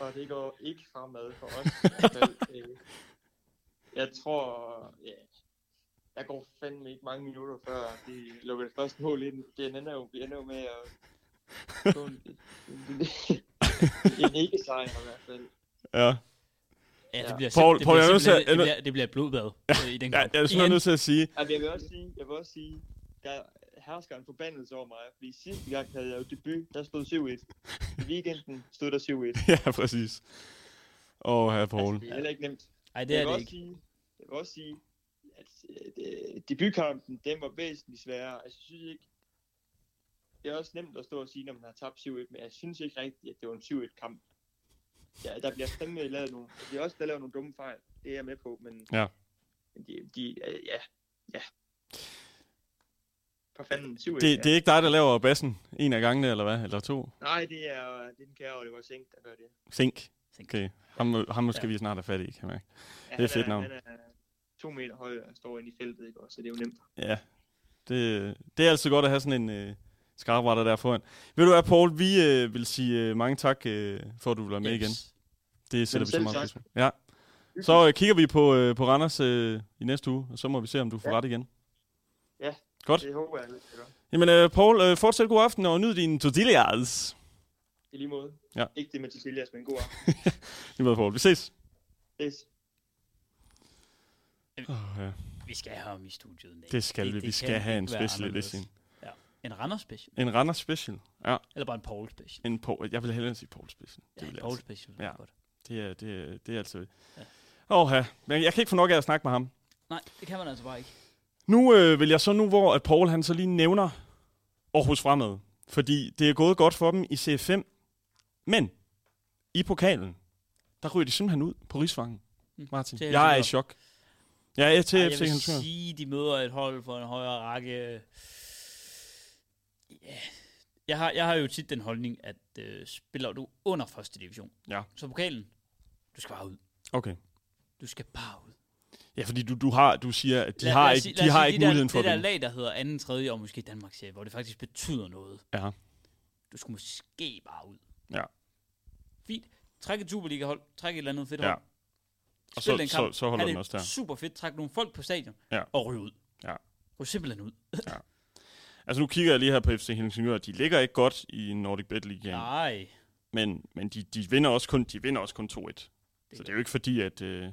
D: Og det går ikke fremad for os. i hvert fald. Øh, jeg tror, ja, der går fandme ikke mange minutter, før de lukker det første mål ind. Det ender jo, vi ender jo med at få en, en, en ikke-sejr i hvert fald.
C: Ja.
B: Ja, det
D: Ja.
B: bliver,
C: Paul-
B: sim- det bliver
C: Paul, jeg er nødt til at-
B: simpelthen- det, bliver, det bliver et blodbad øh, i den
C: Ja,
B: kamp.
C: jeg er
B: Igen.
C: simpelthen nødt til at sige,
D: Jamen, jeg vil også sige, jeg vil også sige, der hersker en forbandelse over mig, fordi sidste gang havde jeg jo debut, der stod 7-1. I weekenden stod der 7-1.
C: ja, præcis. Åh, her Paul.
D: Altså, Det er heller ikke nemt.
B: Ej, det
D: jeg
B: er
D: vil
B: det
D: også
B: ikke.
D: Sige, jeg vil også sige, at øh, det- debutkampen, den var væsentligt sværere. Altså, jeg synes ikke, det er også nemt at stå og sige, når man har tabt 7-1, men jeg synes ikke rigtigt, at det var en 7-1-kamp. Ja, der bliver fandme lavet nogle, de har også der lavet nogle dumme fejl, det er jeg med på, men,
C: Ja.
D: men de, de øh, ja, ja. For fanden, 7-1.
C: Det,
D: ja.
C: det er ikke dig, der laver bassen en af gangene, eller hvad? Eller to?
D: Nej, det er, øh, det er den kære Oliver Sink, der gør det.
C: Think.
B: Think.
C: Okay. Ham, ham skal vi snart have fat i, kan jeg mærke.
D: Ja,
C: Det er fedt navn.
D: han er, han er to meter høj og står inde i feltet, ikke? også, så det er jo nemt.
C: Ja. Det, det er altid godt at have sådan en øh, skarpretter der foran. Ved du hvad, Paul? Vi øh, vil sige øh, mange tak, øh, for at du vil være med
B: Yes.
C: igen. Det sætter vi så
D: selv
C: meget
D: tak.
C: pris på. Ja. Så øh, kigger vi på, øh, på Randers øh, i næste uge, og så må vi se, om du får
D: Ja.
C: ret igen. Godt.
D: Det håber jeg, at det gør.
C: Jamen, øh, Paul, øh, fortsæt god aften, og nyd dine tortillas.
D: I lige måde.
C: Ja.
D: Ikke det med Cecilias, men god aften.
C: Lige måde, Paul. Vi ses.
D: Yes.
C: Oh, ja.
B: Vi skal have ham i studiet. en dag.
C: Det skal vi. Vi
B: kan
C: skal have en
B: ikke være
C: special
B: anderledes.
C: edition.
B: Ja. En Randers special.
C: En Randers special. Ja,
B: Eller bare en Paul special.
C: en Paul. Jeg vil hellere sige Paul special.
B: Ja,
C: vil
B: en
C: jeg
B: Paul
C: altså.
B: special.
C: Ja.
B: Ja. Godt.
C: Det er, det, er, det er altid.
B: Ja.
C: Åh, ja. Men jeg kan ikke få nok af at snakke med ham.
B: Nej, det kan man altså bare ikke.
C: Nu øh, vil jeg så nu, hvor at Paul han så lige nævner Aarhus Fremad, fordi det er gået godt for dem i CF5, men i pokalen, der ryger de simpelthen ud på rigsfangen,
B: Mm.
C: Martin.
B: Til
C: Jeg er i
B: Helsingør.
C: chok. Jeg er til
B: Ej, jeg
C: FC
B: vil
C: Helsingør.
B: sige, de møder et hold for en højere række. Ja. Jeg har, jeg har jo tit den holdning, at øh, spiller du under første division,
C: Ja.
B: så pokalen, du skal bare ud.
C: Okay.
B: Du skal bare ud.
C: Ja, fordi du, du, har, du siger, at de
B: Lad-
C: har
B: lad os
C: ikke,
B: sige-
C: de
B: lad os
C: har
B: sige,
C: ikke
B: det
C: muligheden
B: der,
C: for at
B: Det der
C: vinde.
B: lag, der hedder anden, tredje og måske Danmarks serie, hvor det faktisk betyder noget.
C: Ja.
B: Du skulle måske bare ud.
C: Ja.
B: Fint. Træk et Superliga-hold. Træk et eller andet fedt
C: Ja.
B: hold. Spil
C: Og så-
B: den kamp.
C: så- så holder
B: Ha'
C: den
B: det
C: også der.
B: Super fedt. Træk nogle folk på stadion.
C: Ja.
B: Og ryg ud.
C: Ja.
B: Ryg simpelthen ud.
C: Altså nu kigger jeg lige her på FC Helsingør. De ligger ikke godt i Nordic Bet League, ja.
B: Nej.
C: men, men de, de, vinder også kun, de vinder også kun 2-1. Så det er jo ikke fordi, at... Øh,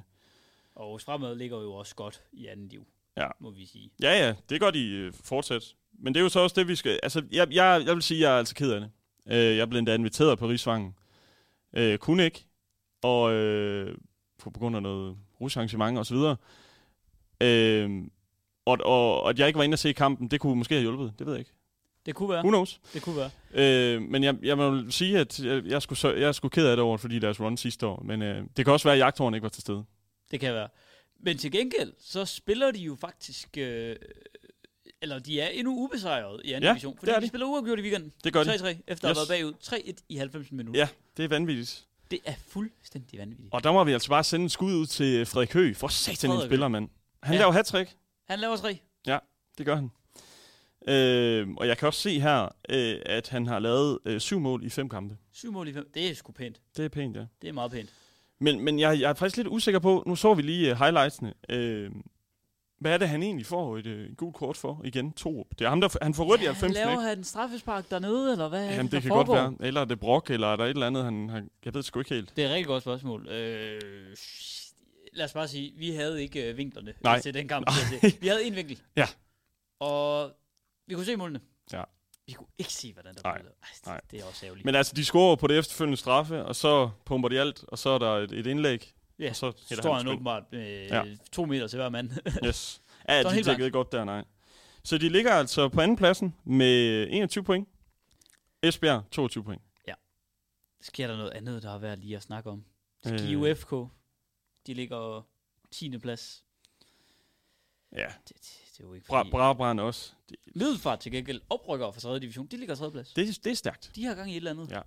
B: Og fremad ligger jo også godt i anden div.
C: Ja.
B: Må vi sige.
C: Ja, ja, det gør de øh, fortsat. Men det er jo så også det, vi skal... Altså, jeg, jeg, jeg vil sige, at jeg er altså ked af det. Øh, jeg blev endda inviteret på Rigsvangen. Øh, kunne ikke. Og øh, på på grund af noget rusarrangement og så videre. Øh, og, og, og at jeg ikke var inde og se kampen, det kunne måske have hjulpet. Det ved jeg ikke.
B: Det kunne være.
C: Who knows?
B: Det kunne være.
C: Øh, men jeg, jeg må sige, at jeg, jeg, skulle, så, jeg skulle ked af det over, fordi deres run sidste år. Men øh, det kan også være, at jagthåren ikke var til stede.
B: Det kan være. Men til gengæld, så spiller de jo faktisk... Øh, eller de er endnu ubesejret i anden
C: Ja,
B: division. Fordi
C: det er
B: de
C: de.
B: spiller uafgjort i weekenden.
C: Det gør de.
B: 3-3, efter at
C: Yes.
B: have været bagud. 3-1 i 90 minutter.
C: Ja, det er vanvittigt.
B: Det er fuldstændig vanvittigt.
C: Og der må vi altså bare sende en skud ud til Frederik Høgh. For satan en
B: Frederik Høgh.
C: spiller, mand. Han ja.
B: Ja.
C: laver hat
B: Han laver tre.
C: Det gør han. Øh, og jeg kan også se her, øh, at han har lavet øh, syv mål i fem kampe.
B: Syv mål i fem. Det er sgu pænt.
C: Det er pænt, ja.
B: Det er meget pænt.
C: Men, men jeg, jeg er faktisk lidt usikker på, nu så vi lige uh, highlightsene. Øh, hvad er det, han egentlig får et øh, gult kort for? Igen, to. Det er ham, der, f- han får rødt i 90.
E: Laver han en straffespark dernede, eller hvad? er
B: øh,
C: Jamen,
E: der
C: det kan
E: foregår?
C: godt være. Eller er det brok, eller er der et eller andet, han, han jeg ved det sgu ikke helt.
B: Det er et rigtig godt spørgsmål. Øh, lad os bare sige, vi havde ikke øh, vinklerne
C: Nej.
B: til den kamp. vil jeg sige. Vi havde en vinkel.
C: Ja.
B: Og vi kunne se målene.
C: Ja.
B: Vi kunne ikke se, hvordan der
C: Nej.
B: blev lavet. Ej, det,
C: Nej.
B: det er også ærgerligt.
C: Men altså, de scorer på det efterfølgende straffe, og så pumper de alt, og så er der et, et indlæg.
B: Ja,
C: og så
B: så
C: hælder
B: står
C: et
B: han
C: spil.
B: åbenbart øh,
C: Ja.
B: to meter til hver mand.
C: Yes. Ja,
B: Står
C: de
B: helt
C: tjekkede
B: blank.
C: godt der, nej. Så de ligger altså på andenpladsen med 21 point. Esbjerg, 22 point.
B: Sker der noget andet, der har været lige at snakke om?
C: Øh.
B: Skive FK, de ligger 10. plads.
C: Ja,
B: Det, det, det er jo ikke
C: Bra
B: fordi...
C: Brabrand også. Det,
B: Middelfart til gengæld oprykker fra 3. division. De ligger 3. plads.
C: det, det er stærkt.
B: De har gang i et eller andet.
C: Ja.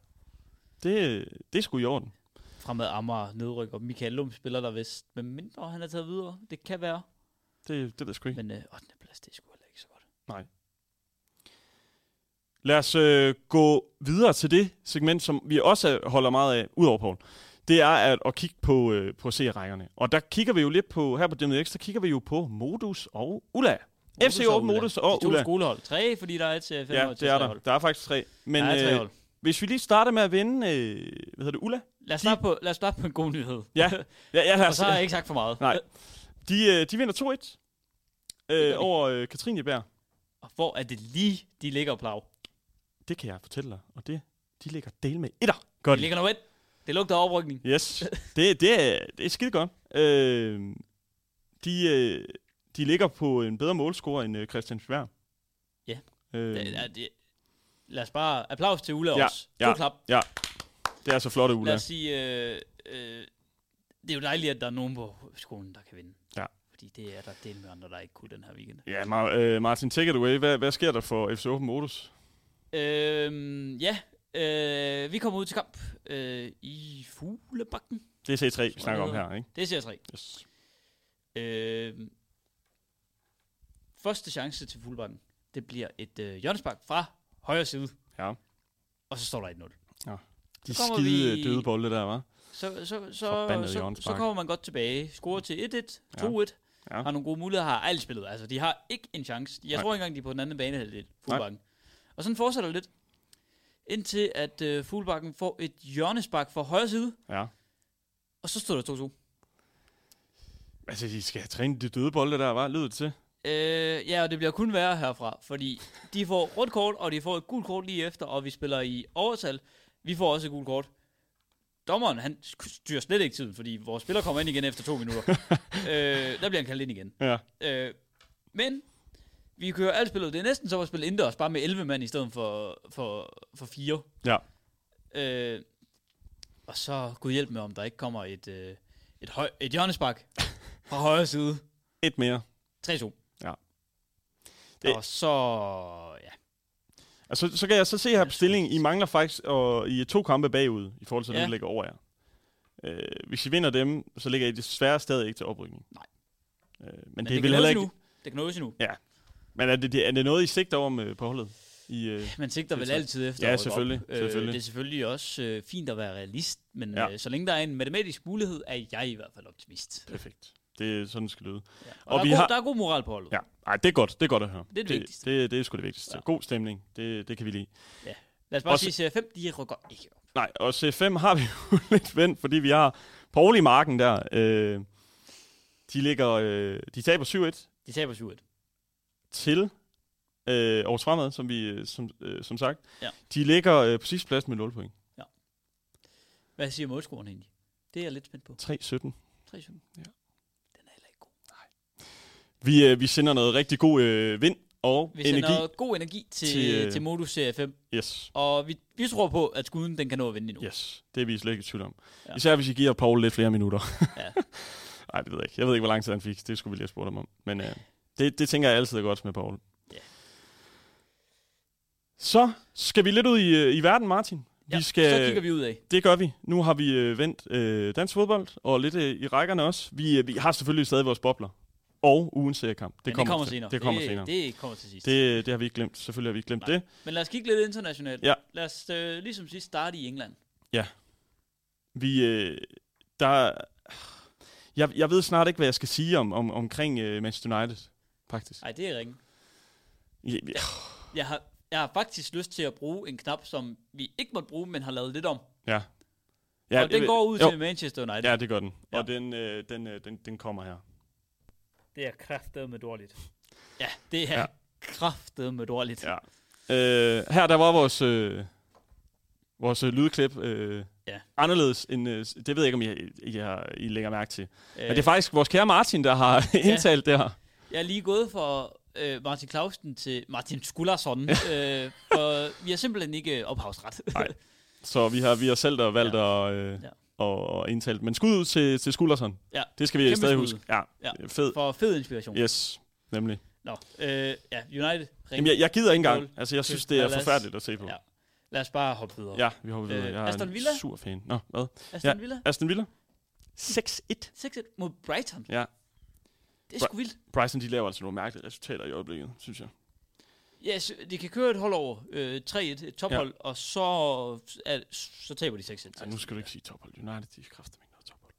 C: Det, det er sgu i orden.
B: Fremad Amager nedrykker. Michael Lum spiller der vist, med mindre han er taget videre. Det kan være.
C: Det, det er der sgu ikke.
B: Men øh, 8. plads, det er sgu heller ikke så godt.
C: Lad os øh, gå videre til det segment, som vi også øh, holder meget af, udover Poul. Det er at, at kigge på, øh, på C-rækkerne. Og der kigger vi jo lidt på, her på DMX, der kigger vi jo på Modus og Ulla. FC
B: og
C: Open
B: Ulla.
C: Modus og
B: De to
C: Ulla.
B: skolehold. Tre, fordi der er et til 5
C: Ja, det er der. Der er faktisk tre. Men
B: Men, der er tre
C: øh,
B: hold.
C: Hvis vi lige starter med at vinde, øh, hvad hedder det, Ulla?
B: Lad os,
C: de-
B: starte på, lad os starte på en god nyhed.
C: Ja, ja, ja lad
B: Og
C: os,
B: så har jeg ikke sagt for meget.
C: Nej. de, øh, de vinder 2-1
B: gør
C: øh,
B: de.
C: over øh, Katrine Bær.
B: Og hvor er det lige, de ligger og plav?
C: Det kan jeg fortælle dig, og det, de ligger del med etter. Godt.
B: De ligger nummer et. Det lugter af oprykning.
C: Yes, det, det, er, det er skide godt. Øh, de, øh, de ligger på en bedre målscore end øh, Christian Svær.
B: Ja.
C: øh,
B: Det, er, det, lad os bare... Applaus til Ulla
C: Ja,
B: også.
C: ja.
B: God klap.
C: det er så flot,
B: Lad
C: Ulla.
B: os sige... Øh, øh, det er jo dejligt, at der er nogen på skolen, der kan vinde.
C: Ja.
B: Fordi det er der del med andre, der ikke kunne den her weekend.
C: Ja, Mar- øh, Martin, take it away. Hvad, hvad sker der for FC Open Modus?
B: Øhm, ja, øh, vi kommer ud til kamp øh, i Fuglebakken.
C: Det er C3, vi
B: Sådan
C: snakker om
B: hedder
C: her, ikke?
B: Det ser jeg
C: Yes.
B: Øh, første chance til Fuglebakken, det bliver et øh, hjørnespark fra højre side.
C: Ja.
B: Og så står der 1-0.
C: De
B: Så kommer
C: skide
B: vi-
C: vi... døde bolde der, var.
B: Så, så, så,
C: Forbandet
B: så, så
C: hjørnespark.
B: kommer man godt tilbage. Scorer til 1-1,
C: Ja.
B: 2-1.
C: Ja.
B: Har nogle gode muligheder, har alt spillet. Altså, de har ikke en chance. Jeg
C: Nej.
B: tror ikke engang, de er på den anden bane halvdel. Fuglebakken. Og sådan fortsætter det lidt. Indtil at øh, Fuglebakken får et hjørnespark fra højre side.
C: Ja.
B: Og så stod der 2-2.
C: Altså, de skal have trænet de døde bolde der, var Lød det til?
B: Øh, ja, og det bliver kun værre herfra, fordi de får rødt kort, og de får et gult kort lige efter, og vi spiller i overtal. Vi får også et gult kort. Dommeren, han sk- styrer slet ikke tiden, fordi vores spiller kommer ind igen efter to minutter. øh, der bliver han kaldt ind igen.
C: Ja.
B: Øh, men vi kører alt spillet. Det er næsten som at spille indendørs, bare med 11 mand i stedet for, for, for 4.
C: Ja.
B: Øh, og så, gud hjælp med, om der ikke kommer et, øh, et, høj, et hjørnespark fra højre side.
C: Et mere.
B: 3-2.
C: Ja.
B: Det.
C: Det-
B: Og så... Ja.
C: Altså, så kan jeg så se her på stillingen. I mangler faktisk, og I er to kampe bagud, i forhold til, at
B: Ja.
C: ja. ligger over jer. Øh, hvis I vinder dem, så ligger I desværre stadig ikke til oprykning.
B: Nej.
C: Øh, men,
B: Men
C: men det, det vil heller ikke...
B: Nu. Det kan nås endnu.
C: Men er det, det, er det noget, I sigter om øh, på holdet? I, øh,
B: Man sigter
C: Det
B: vel
C: er så-
B: altid efter at
C: Ja,
B: rykke
C: selvfølgelig,
B: Op. Øh,
C: selvfølgelig.
B: det er selvfølgelig også øh, fint at være realist, men
C: Ja.
B: ja. øh, så længe der er en matematisk mulighed, er jeg i hvert fald optimist. Ja.
C: perfekt. Det er sådan, det skal lyde.
B: Og, og der,
C: vi
B: er god,
C: har-
B: der er god moral på holdet.
C: Ja, Ej, det er godt. Det er godt at høre.
B: Det er det
C: det,
B: vigtigste.
C: det, det er sgu det vigtigste.
B: Ja.
C: Ja. God stemning. Det, det kan vi lide.
B: Lad os bare
C: Og så-
B: sige, at CR5, de rykker ikke op.
C: Nej, og C5 har vi jo lidt vendt, fordi vi har Paul i marken der. Øh, de ligger, øh, de taber 7-1
B: De taber 7
C: til øh, Aarhus Fremad, som vi øh, som, øh, som sagt.
B: Ja.
C: De ligger øh, på sidste plads med 0 point.
B: Hvad siger målscoren egentlig? Det er jeg lidt spændt på.
C: 3-17.
B: 3 7
C: Ja.
B: Den er heller ikke god.
C: Vi, øh, vi sender noget rigtig god øh, vind og
B: Vi
C: energi.
B: sender energi. god energi til,
C: Til, øh,
B: til, til Modus CR5,
C: Yes.
B: og vi, vi tror på, at skuden den kan nå at vinde endnu.
C: Yes, det er vi slet ikke i tvivl om.
B: Ja.
C: Ja. Især hvis I giver Paul lidt flere minutter.
B: Ja.
C: Nej, det ved jeg ikke. Jeg ved ikke, hvor lang tid han fik. Det skulle vi lige have spurgt ham om. Men øh, det, det tænker jeg altid er godt med Paul.
B: Ja.
C: Så skal vi lidt ud i, øh, i verden, Martin.
B: Ja,
C: vi skal,
B: Så kigger vi ud af.
C: Det gør vi. Nu har vi øh, vendt øh, dansk fodbold, og lidt øh, i rækkerne også. Vi, øh, vi har selvfølgelig stadig vores bobler. og ugens seriekamp. Det,
B: Men det kommer
C: til-
B: senere.
C: Det kommer senere. Det,
B: Det, det kommer til sidst.
C: det, det har vi ikke glemt. Selvfølgelig har vi ikke glemt
B: Nej.
C: det.
B: Men lad os kigge lidt internationalt.
C: Ja.
B: Lad os øh, ligesom sidst starte i England.
C: Vi, øh, der, jeg, jeg ved snart ikke, hvad jeg skal sige om, om omkring øh, Manchester United, faktisk.
B: Nej, det er ringe.
C: Ja,
B: Jeg har, jeg har faktisk lyst til at bruge en knap, som vi ikke måtte bruge, men har lavet lidt om.
C: ja.
B: Ja, og den
C: det-
B: går ud
C: jo.
B: til Manchester United.
C: Ja, det gør den.
B: Ja.
C: Og den, øh, den, øh, den, den kommer her.
F: Det er kraftedeme dårligt.
B: ja det er
C: Ja.
B: ja. kraftedeme dårligt.
C: Ja. Øh, her der var vores, øh, vores øh, lydklip øh, ja.
B: Ja.
C: anderledes end... Øh, s- det ved jeg ikke, om I, I, har, I lægger mærke til. Øh.
B: Øh,
C: Men det er faktisk vores kære Martin, der har indtalt det her.
B: Jeg er lige gået fra øh, Martin Clausen til Martin Skullerson, øh, for vi har simpelthen ikke ophavsret.
C: Nej. Så vi har, vi har selv der valgt ja. at, øh,
B: Ja.
C: og, at indtale. Men skud ud til, til Skulderson.
B: Ja.
C: Det skal vi
B: Kæmpe
C: stadig
B: skud.
C: huske. Ja.
B: Ja.
C: Fed.
B: For fed inspiration.
C: Yes, nemlig.
B: Nå, øh, ja, United, ring.
C: Jamen, jeg, jeg gider ikke engang.
B: Goal.
C: Altså, jeg synes,
B: Til
C: det er
B: Palace.
C: forfærdeligt at se på. Ja,
B: Ja. Lad os bare hoppe videre.
C: ja vi håber, vi øh,
B: Øh,
C: Jeg er
B: Aston
C: en
B: Villa?
C: sur fan. Nå, hvad?
B: Aston Villa,
C: Aston Villa?
B: 6-1. 6-1 mod Brighton.
C: Ja.
B: Det er sgu vildt.
C: Bryson, de laver altså nogle mærkelige resultater i øjeblikket, synes jeg.
B: Ja, yes, de kan køre et hold over øh, 3-1, et tophold, ja. og så, er, så taber de 6-1.
C: Ja, Altså, nu skal du ikke sige tophold. United, de er kraftigt mindre tophold.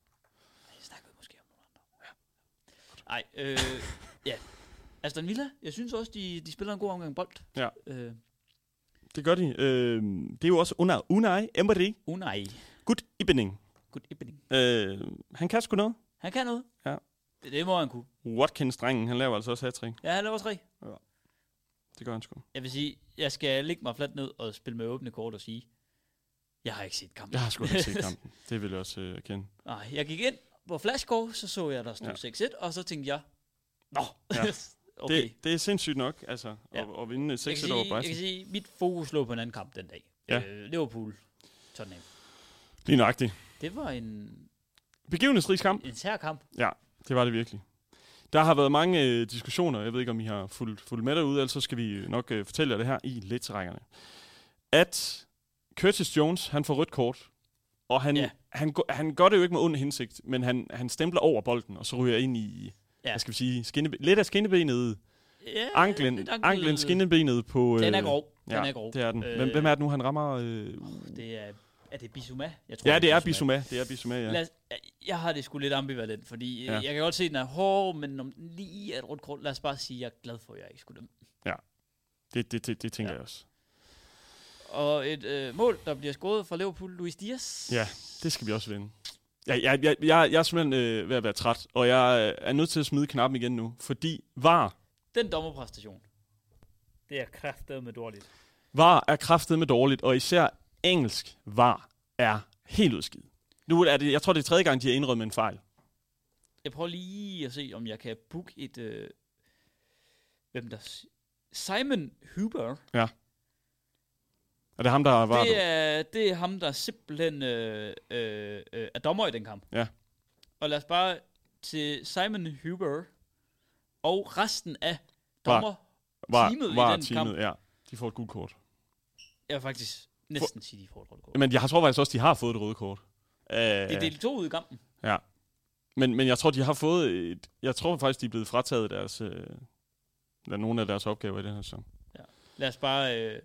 B: Jeg snakker måske om nogle andre. Nej, øh, ja. Aston Villa, jeg synes også, de, de spiller en god omgang bold.
C: Ja.
B: Øh,
C: Det gør de. Øh, det er jo også under Unai Emery.
B: Unai.
C: Good evening.
B: oh, Good evening.
C: Øh, han kan sgu noget.
B: Han kan noget.
C: Ja.
B: Det, det må han kunne.
C: Watkins-drengen, han laver altså også hat
B: Ja, han laver tre.
C: Det gør han sgu.
B: Jeg vil sige, jeg skal ligge mig fladt ned og spille med åbne kort og sige, jeg har ikke set kampen.
C: Jeg har sgu ikke set kampen. Det vil jeg også øh, erkende.
B: Nej, jeg gik ind på Flashcore, så så jeg, der stod
C: Ja.
B: ja. 6-1, og så tænkte jeg, nå,
C: Ja.
B: okay. Det,
C: Det, det er sindssygt nok, altså, ja.
B: Ja.
C: at, at vinde
B: jeg, kan
C: 6
B: sige,
C: over
B: jeg kan
C: Brighton.
B: sige, mit fokus lå på en anden kamp den dag.
C: Ja.
B: Øh, Liverpool, Tottenham.
C: Lige nøjagtigt.
B: Det var en,
C: Begivenhedsrig kamp.
B: En sær kamp.
C: Det var det virkelig. Der har været mange øh, diskussioner, jeg ved ikke, om I har fulgt, fulgt med derude, ellers så skal vi nok øh, fortælle jer det her i lidt rækkerne. At Curtis Jones, han får rødt kort, og han,
B: Ja.
C: han, gå- han gør det jo ikke med ond hensigt, men han, han stempler over bolden, og så ryger ind i, ja.
B: Ja.
C: hvad skal vi sige, skinnebe, lidt af skinnebenet,
B: Ja,
C: anklen, anklen skinnebenet på...
B: øh,
C: øh,
B: Den er grov. Den
C: ja,
B: er Øh, grov.
C: Det er den. Hvem, hvem er det nu, han rammer? Øh,
B: Det er, er det Bisuma? Jeg tror,
C: ja, det er Bissouma. Det er Bissouma, ja.
B: Lad os, jeg har det sgu lidt ambivalent, fordi
C: Ja.
B: ja. jeg kan godt se, at den er hård, men om den lige er et rødt kort, lad os bare sige, at jeg er glad for, at jeg ikke skulle dømme.
C: Det, det, det, det tænker ja.
B: Ja.
C: jeg også.
B: Og et øh, mål, der bliver skåret fra Liverpool, Luis Diaz.
C: Ja, det skal vi også vinde. Ja, jeg, jeg, jeg, jeg er simpelthen øh, ved at være træt, og jeg øh, er nødt til at smide knappen igen nu, fordi VAR,
B: Den dommerpræstation.
F: Det er kraftedeme dårligt.
C: VAR er kraftet med dårligt, og især engelsk VAR er helt udskidt. Nu er det, jeg tror, det er tredje gang, de har indrømmet en fejl.
B: Jeg prøver lige at se, om jeg kan booke et... Øh, hvem der... s- Simon Huber.
C: Og det er ham, der var
B: Det
C: det,
B: er, det er ham, der simpelthen øh, øh, øh, er dommer i den kamp.
C: Ja.
B: Og lad os bare til Simon Huber og resten af dommer.
C: var,
B: teamet i
C: var
B: den kamp.
C: Ja, de får et gult kort.
B: Jeg vil faktisk næsten sige, de får et rødt kort.
C: Men jeg tror faktisk også, de har fået et rødt kort. Øh,
B: Det er del to ud i kampen.
C: men, men jeg tror, de har fået et, Jeg tror faktisk, de er blevet frataget deres... Øh, eller nogle af deres opgaver i den her sæson.
B: Lad os bare... Øh,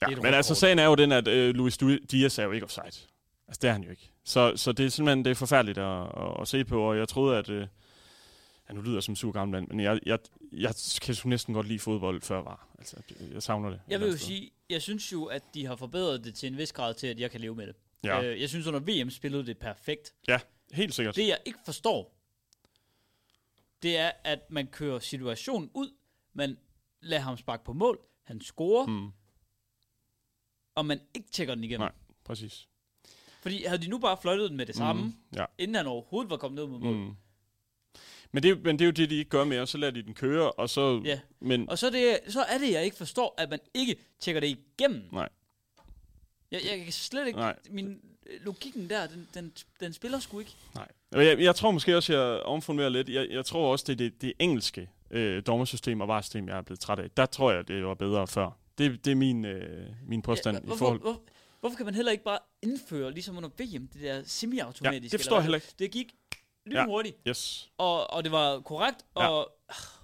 C: Ja,
B: Det er et
C: men
B: rødt
C: altså
B: kort.
C: sagen er jo den, at øh, Luis Du- Diaz er jo ikke offside. Altså det er han jo ikke. Så, så det er simpelthen det er forfærdeligt at, at, at se på, og jeg troede, at... Øh, ja, nu lyder jeg som en sur gammel mand, men jeg, jeg, jeg kan sgu næsten godt lide fodbold før var. Altså, det- jeg savner det. et
B: jeg vil jo
C: eller andet sted.
B: sige, jeg synes jo, at de har forbedret det til en vis grad til, at jeg kan leve med det.
C: Ja, øh,
B: Øh, jeg synes, under VM spillede det perfekt.
C: helt sikkert.
B: Det, jeg ikke forstår, det er, at man kører situationen ud, man lader ham sparke på mål, han scorer,
C: Mm,
B: og man ikke tjekker den igennem.
C: Nej. præcis.
B: Fordi havde de nu bare fløjtet den med det samme,
C: Mm,
B: mm.
C: ja.
B: inden han overhovedet var kommet ned mod mål. Mm.
C: Mm. Men, det, er jo- men det er jo det, de ikke gør mere. Så lader de den køre, og så...
B: Ja.
C: Men
B: Og så er, det, så er det, jeg ikke forstår, at man ikke tjekker det igennem.
C: Nej.
B: Jeg, jeg kan slet ikke...
C: Nej.
B: Nej. Min øh, logikken der, den, den, den spiller sgu ikke.
C: Nej. Og Jeg, jeg tror måske også, jeg omformulerer lidt. Jeg, jeg tror også, det er det, det engelske øh, dommersystem og varsystem, jeg er blevet træt af. Der tror jeg, det var bedre før. Det, det er min, øh, min påstand ja, i
B: hvorfor,
C: forhold...
B: hvor, hvorfor kan man heller ikke bare indføre, ligesom under VM, det der semi-automatiske?
C: Ja, det
B: eller
C: forstår
B: hvad
C: jeg heller ikke.
B: Det gik lynhurtigt,
C: Yes.
B: og, og det var korrekt,
C: Ja.
B: og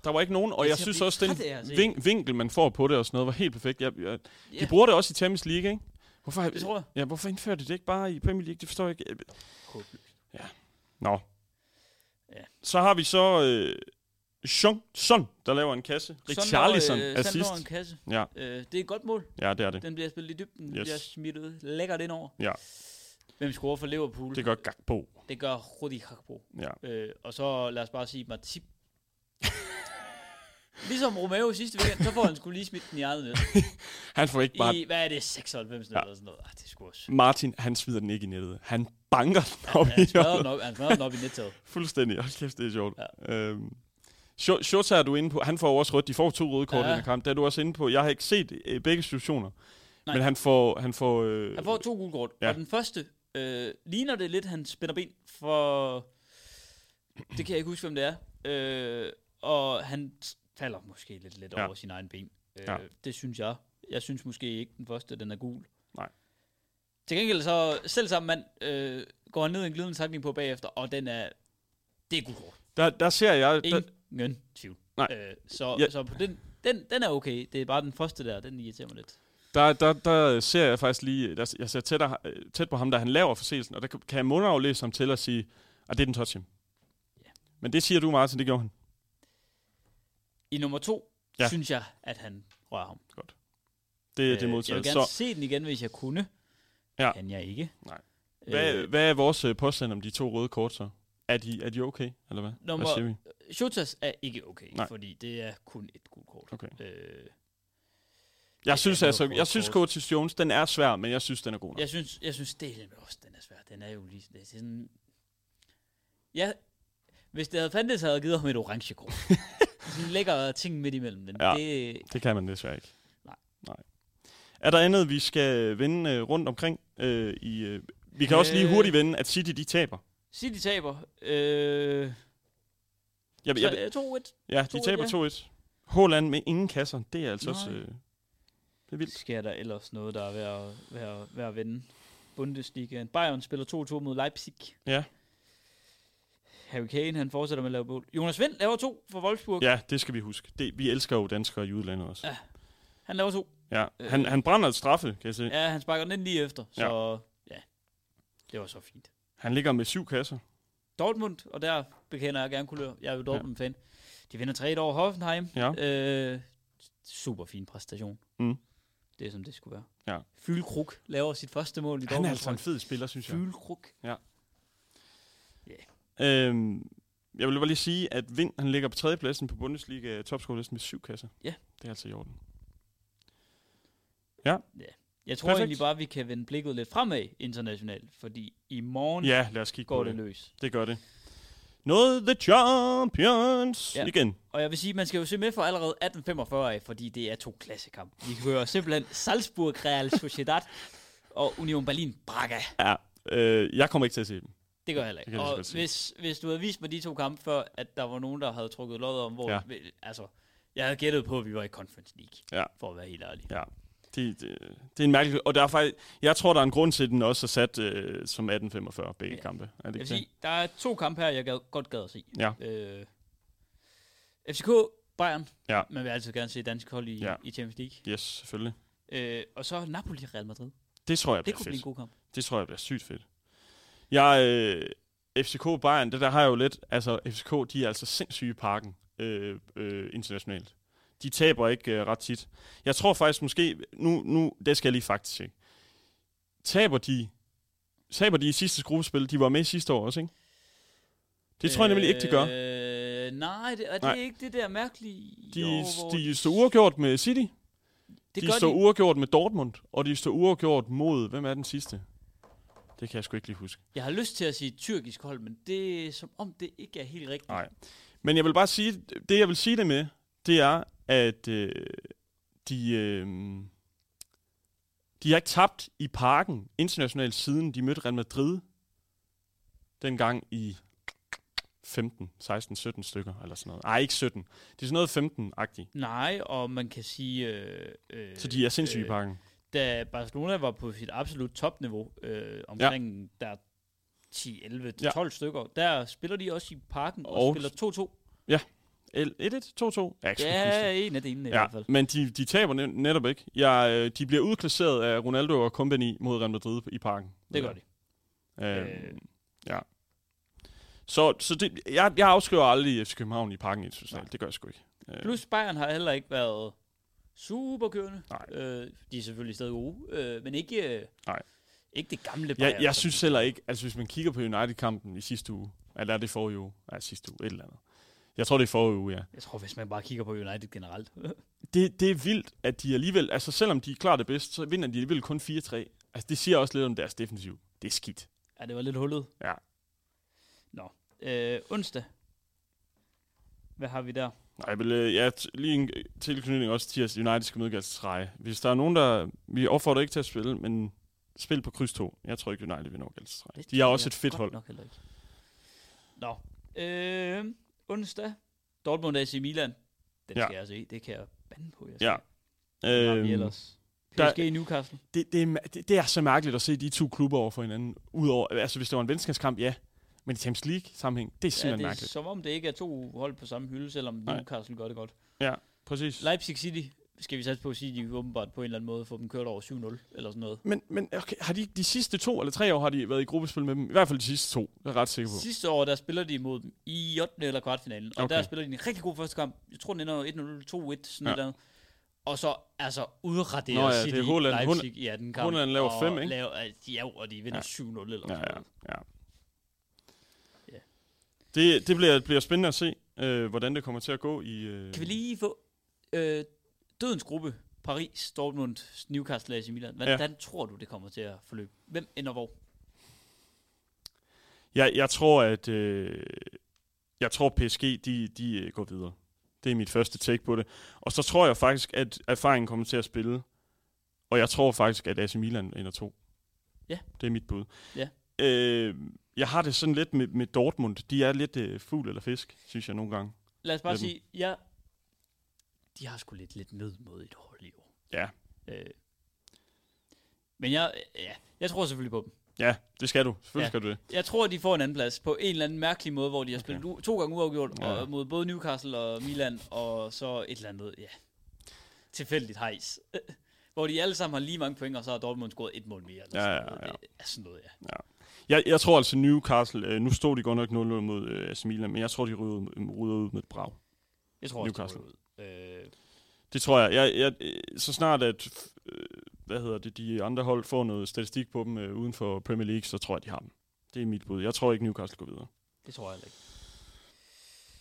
C: Der var ikke nogen, og
B: Altså,
C: jeg,
B: jeg
C: synes
B: blev
C: også, den
B: træt af at se
C: vin- vinkel, man får på det og sådan noget, var helt perfekt. Jeg, jeg, de
B: Ja.
C: bruger det også i Champions League, ikke? Hvorfor, har-
B: det tror jeg.
C: ja, hvorfor indfører de det ikke bare i Premier League? Det forstår jeg ikke. Øh, Ja. Nå.
B: Ja.
C: Så har vi så øh, Johnson, der laver en kasse. Richarlison
B: Sådan, øh,
C: assist.
B: Sandler en kasse.
C: Ja.
B: Øh, det er et godt mål.
C: Ja, det er det.
B: Den bliver spillet i dybden, yes.
C: Yes.
B: bliver smidt ud lækkert ind over.
C: Ja.
B: Hvem scorer for Liverpool?
C: Det gør Gakpo.
B: det gør Rudi Kakbo.
C: Ja.
B: Øh, og så lad os bare sige Matip. ligesom Romeo sidste weekend, så får han skulle lige smidt den i eget net.
C: Han får ikke bare...
B: I, hvad er det, 96 ja.
C: Ja.
B: eller sådan noget? Ah, det er sgu også.
C: Martin, han smider den ikke i nettet. Han banker den op
B: Han
C: i
B: smadrer
C: hjørnet.
B: den op, han smadrer den op i nettet.
C: Fuldstændig. Hold kæft, det er sjovt. Ja. Øhm, Scho- Shota er du inde på. Han får jo også rødt. De får to røde kort ja. i
B: Ja.
C: den her kamp. Det er du også inde på. Jeg har ikke set øh, begge situationer.
B: Nej.
C: Nej. Men han får... Han får, øh,
B: Han får to gule kort, ja.
C: Ja.
B: og den første øh, ligner det lidt, han spænder ben for... Det kan jeg ikke huske, hvem det er. Øh, og han t- falder måske lidt lidt
C: Ja.
B: over sin egen ben. Øh,
C: Ja.
B: Det synes jeg. Jeg synes måske ikke den første, den er gul.
C: Nej.
B: Til gengæld så, selv sammen mand, øh, går han ned i en glidende takling på bagefter, og den er... Det er gul kort.
C: Der, der ser jeg... Der,
B: Ingen tvivl.
C: Nej.
B: Øh, så,
C: Ja.
B: så på den, den, den er okay. Det er bare den første der, den irriterer mig lidt.
C: Der, der, der ser jeg faktisk lige, der, jeg ser tættere, øh, tæt på ham, da han laver forseelsen, og der kan kan jeg mundaflæse ham til at sige, at det er den touch him. Men det siger du, Martin, det gjorde han.
B: I nummer to, ja.
C: Ja.
B: synes jeg, at han rører ham.
C: Det, øh, det er
B: jeg vil
C: modtaget.
B: gerne
C: Så
B: se den igen, hvis jeg kunne.
C: Ja.
B: Kan jeg ikke.
C: Nej.
B: Øh,
C: hvad, hvad er vores øh, påstand om de to røde kort så? Er de, er de okay, eller hvad?
B: Nummer-
C: hvad siger vi?
B: Shotas er ikke okay, Nej.
C: Nej.
B: fordi det er kun et gult kort.
C: Okay.
B: Øh,
C: Jeg synes
B: er
C: altså,
B: noget
C: jeg synes
B: røde
C: Curtis Jones, den er svær, men jeg synes, den er god nok.
B: jeg, synes, jeg synes, det er også, den er svær. Den er jo lige det er sådan... Ja, hvis det havde fandtes, havde jeg givet ham et orange kort. sådan lækker ting midt imellem den.
C: Ja.
B: Det,
C: Det kan man desværre ikke.
B: Nej.
C: Nej. Er der andet, vi skal vende øh, rundt omkring? Øh, i, øh, vi kan også lige
B: Øh.
C: hurtigt vende, at City de taber.
B: City taber. Øh,
C: Jeg, jeg,
B: så, øh, 2-1.
C: Ja, de
B: 2-1,
C: taber 2-1. Håland med ingen kasser, det er altså også...
B: Nej.
C: Øh, det er vildt.
B: Sker der ellers noget, der er ved at, ved at, ved at vende Bundesligaen? Bayern spiller 2-2 mod Leipzig.
C: Ja.
B: Harry Kane, han fortsætter med at lave mål. Jonas Vind laver to for Wolfsburg.
C: Ja, det skal vi huske. Det, vi elsker jo danskere i udlandet også.
B: Ja. Han laver to.
C: Ja.
B: Øh.
C: Han, han brænder et straffe, kan jeg se. Ja.
B: Ja, han sparker den ind lige efter. Så ja. det var så fint.
C: Han ligger med syv kasser.
B: Dortmund, og der bekender jeg gerne kulør. Jeg er jo Dortmund-fan. De vinder 3-1 over Hoffenheim.
C: Ja.
B: Øh, super fin præstation.
C: Mm.
B: Det er som det skulle være.
C: Ja.
B: Fylkruk laver sit første mål i
C: Han
B: Dortmund.
C: er altså en fed spiller, synes jeg.
B: Fylkruk.
C: Øhm, jeg vil bare lige sige, at Vind han ligger på tredjepladsen på Bundesliga topscorelisten med syv kasser.
B: Ja.
C: Det er altså i orden.
B: Jeg tror
C: Perfekt.
B: egentlig bare, vi kan vende blikket lidt fremad internationalt, fordi i morgen ja,
C: Ja, lad os kigge
B: går
C: på
B: det
C: det.
B: løs.
C: Det gør det. Noget The Champions
B: Ja.
C: ja. igen.
B: Og jeg vil sige, man skal jo se med for allerede 18.45 af, fordi det er to klassekampe. Vi hører simpelthen Salzburg, Real Sociedad og Union Berlin, Braga.
C: Ja. Øh, jeg kommer ikke til at se dem.
B: Det gør jeg heller ikke.
C: Det kan jeg lige så
B: Og
C: godt sige.
B: hvis, hvis du havde vist mig de to kampe før, at der var nogen, der havde trukket lod om, hvor...
C: Ja.
B: Ja. Altså, jeg havde gættet på, at vi var i Conference League,
C: Ja.
B: for at være helt ærlig.
C: Det, det, det er en mærkelig... Og der er faktisk, jeg tror, der er en grund til, at den også er sat øh, som 1845, begge
B: Ja.
C: ja. kampe. Er det
B: Jeg vil
C: ikke det?
B: sige, der er to kampe her, jeg gad, godt gad at se.
C: Ja.
B: Øh, FCK, Bayern.
C: Ja.
B: Man vil altid gerne se dansk hold i, ja.
C: Ja.
B: i Champions League.
C: Yes, selvfølgelig.
B: Øh, og så Napoli Real Madrid.
C: Det tror jeg
B: Det
C: bliver
B: kunne
C: fedt.
B: blive en god kamp.
C: Det tror jeg bliver sygt fedt. Jeg, øh, FCK Bayern, det der har jeg jo lidt... Altså, FCK, de er altså sindssyge i parken øh, øh, internationalt. De taber ikke øh, ret tit. Jeg tror faktisk måske... Nu, nu, det skal jeg lige faktisk ikke. Taber de... Taber de i sidste gruppespil? De var med sidste år også, ikke? Det tror jeg nemlig ikke, de gør.
B: Øh, nej, det, og det
C: Nej.
B: er ikke det der mærkelige...
C: De,
B: jo, hvor-
C: de stod uafgjort med City,
B: det
C: de
B: gør
C: stod uafgjort med Dortmund, og de stod uafgjort mod, hvem er den sidste? Det kan jeg sgu ikke lige huske.
B: Jeg har lyst til at sige tyrkisk hold, men det er som om, det ikke er helt rigtigt.
C: Nej. Men jeg vil bare sige, det jeg vil sige det med, det er, at øh, de, øh, de har ikke tabt i parken internationalt siden de mødte Real Madrid dengang i 15, 16, 17 stykker, eller sådan noget. Nej, ikke 17. Det er sådan noget 15-agtigt.
B: Nej, og man kan sige... Øh, øh,
C: Så de er sindssyge i
B: øh,
C: parken.
B: Da Barcelona var på sit absolut topniveau, øh, omkring ja. der 10, 11,
C: Ja.
B: 12 stykker, der spiller de også i parken og,
C: Og-
B: og spiller 2-2.
C: L- 1-1, 2-2. Jeg kan sgu ikke huske det.
B: Ja, en af delene ja. i
C: Ja,
B: hvert fald.
C: men de, de taber ne- netop ikke. Jeg, øh, de bliver udklasseret af Ronaldo og company mod Real Madrid i parken.
B: Det gør de.
C: Øh,
B: Øh.
C: Ja. Så, så det, jeg, jeg afskriver aldrig FC København i parken i et socialt. Det gør jeg sgu ikke. Øh,
B: Plus Bayern har heller ikke været superkørende.
C: Nej.
B: Øh, de er selvfølgelig stadig gode, øh, men ikke, øh,
C: Nej.
B: ikke det gamle Bayern.
C: jeg, jeg
B: som-
C: synes heller ikke, altså hvis man kigger på United-kampen i sidste uge, eller er det forrige uge? Ja, sidste uge, et eller andet. Jeg tror, det er forrige uge, ja.
B: Jeg tror, hvis man bare kigger på United generelt.
C: det, det er vildt, at de alligevel, altså selvom de er klart det bedste, så vinder de alligevel kun 4-3. Altså det siger også lidt om deres defensiv. Det er skidt.
B: ja, det var lidt hullet.
C: Ja.
B: Nå. Øh, onsdag. Hvad har vi der?
C: Nej, jeg vil, øh, ja, t- lige en øh, tilknytning også til, at United skal møde Galatasaray. Hvis der er nogen, der... Vi opfordrer ikke til at spille, men spil på kryds 2. Jeg tror ikke, United vinder over Galatasaray.
B: Det
C: De har
B: tror
C: også
B: jeg
C: et fedt
B: godt
C: hold.
B: Nok heller ikke. Nå. Øh, onsdag. Dortmund AC Milan. Den
C: Ja.
B: ja. skal jeg se. Det kan jeg bande på. Jeg
C: Ja.
B: Øhm,
C: Øhm,
B: ellers.
C: der-
B: PSG i Newcastle.
C: det, det, er, ma- det, det, er så mærkeligt at se de to klubber over for hinanden. Udover, altså hvis det var en venskabskamp, ja. Men i Champions League-sammenhæng, det er
B: Ja,
C: simpelthen
B: det
C: ja,
B: er
C: mærkeligt.
B: som om det ikke er to hold på samme hylde, selvom
C: Nej.
B: Newcastle gør det godt.
C: Præcis.
B: Leipzig City skal vi satse på at sige, de åbenbart på en eller anden måde får dem kørt over 7-0 eller sådan noget.
C: Men, men okay, har de de sidste to eller tre år har de været i gruppespil med dem? I hvert fald de sidste to, det er jeg ret sikker på.
B: Sidste år, der spiller de imod dem i 8. eller kvartfinalen, og
C: Okay.
B: okay. der spiller de en rigtig god første kamp. Jeg tror, den ender 1-0, 2-1, sådan
C: Ja.
B: ja. et eller andet. Og så altså udraderet
C: Nå ja, det
B: City
C: er Haaland.
B: Leipzig i 18 kamp.
C: Haaland laver
B: og
C: fem, ikke?
B: Laver, altså, ja, og de vinder
C: Ja.
B: 7-0 eller sådan
C: Ja,
B: noget.
C: ja, ja.
B: Ja.
C: Det, det bliver, bliver spændende at se, øh, hvordan det kommer til at gå i... Øh,
B: Kan vi lige få øh, dødens gruppe, Paris, Dortmund, Newcastle, AC Milan. Hvordan ja. tror du, det kommer til at forløbe? Hvem ender hvor?
C: Jeg, jeg tror, at... Øh, jeg tror, PSG, de, de øh, går videre. Det er mit første take på det. Og så tror jeg faktisk, at erfaringen kommer til at spille. Og jeg tror faktisk, at AC Milan ender to.
B: Ja.
C: Det er mit bud.
B: Ja.
C: Øh, jeg har det sådan lidt med, med Dortmund. De er lidt øh, fugl eller fisk, synes jeg nogle gange.
B: Lad os bare
C: Hvem?
B: sige, ja, de har sgu lidt, lidt nødmodigt hold i år.
C: Ja.
B: Øh. Men jeg, ja, jeg tror selvfølgelig på dem.
C: Ja, det skal du. Selvfølgelig
B: Ja.
C: skal du det.
B: Jeg tror, de får en anden plads på en eller anden mærkelig måde, hvor de har spillet u- to gange uafgjort
C: Ja.
B: ja. og, mod både Newcastle og Milan, og så et eller andet, ja, tilfældigt hejs. hvor de alle sammen har lige mange point, og så har Dortmund scoret et mål mere. Eller
C: Ja,
B: sådan
C: ja,
B: noget. Det er sådan noget, ja.
C: Jeg, jeg tror altså Newcastle, øh, nu stod de godt nok 0-0 mod øh, AC Milan, men jeg tror, de ryger ud, ryger ud med et brag.
B: Jeg tror også,
C: Newcastle.
B: de ryger ud. Øh,
C: Det tror jeg. jeg, jeg øh, så snart at, øh, hvad hedder det, de andre hold får noget statistik på dem øh, uden for Premier League, så tror jeg, de har dem. Det er mit bud. Jeg tror ikke, Newcastle går videre.
B: det tror jeg heller ikke.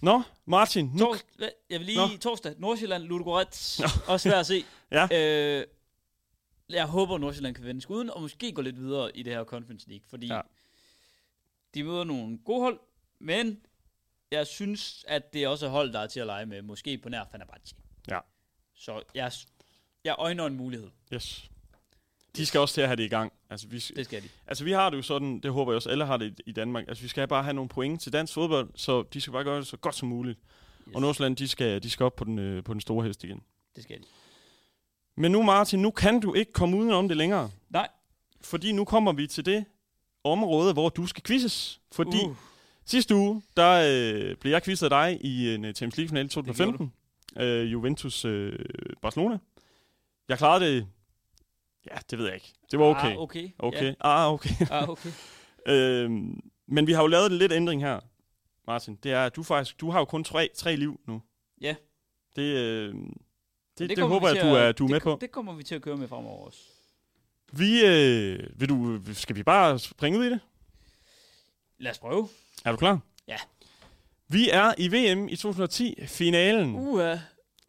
C: Nå, Martin. Nu,
B: Tors, hvad? jeg vil lige
C: Nå.
B: Nå. torsdag, Nordsjælland, Ludogorets, også svært at se.
C: Ja.
B: Øh, jeg håber, Nordsjælland kan vende skuden, og måske gå lidt videre i det her Conference League, fordi
C: Ja.
B: ja. de møder nogle gode hold, men jeg synes, at det er også et hold, der er til at lege med, måske på nær Fenerbahce.
C: Ja.
B: Så jeg, jeg øjner en mulighed,
C: yes. De skal også til at have det i gang. Altså vi,
B: det skal de.
C: altså, vi har det jo sådan, det håber jeg også, alle har det i, i Danmark. Altså, vi skal bare have nogle point til dansk fodbold, så de skal bare gøre det så godt som muligt. Yes. Og Nordsjælland, de skal, de skal op på den, øh, på den store hest igen.
B: Det skal de.
C: Men nu, Martin, nu kan du ikke komme udenom det længere.
B: Nej.
C: Fordi nu kommer vi til det område, hvor du skal quizzes. Fordi uh.
B: Uh.
C: sidste uge, der øh, blev jeg quizzet af dig i en uh, Champions League-finale
B: gjorde
C: 2015. Øh, Juventus øh, Barcelona. Jeg klarede det... Ja, det ved jeg ikke. Det var okay.
B: Ah, okay.
C: Okay.
B: Ja.
C: Ja. Ah, okay.
B: Ah, okay.
C: øhm, men vi har jo lavet en lidt ændring her, Martin. Det er, at du faktisk... Du har jo kun tre, tre liv nu.
B: Ja.
C: Det, øh, det, det, det
B: kommer vi
C: håber jeg,
B: til
C: du er,
B: at-
C: du er
B: det
C: med
B: ko-
C: på.
B: Det kommer vi til at køre med fremover også.
C: Vi, øh, vil du, skal vi bare springe ud i det?
B: Lad os prøve.
C: Er du klar?
B: Ja.
C: Vi er i VM i 2010, finalen. Uh.
B: Uha.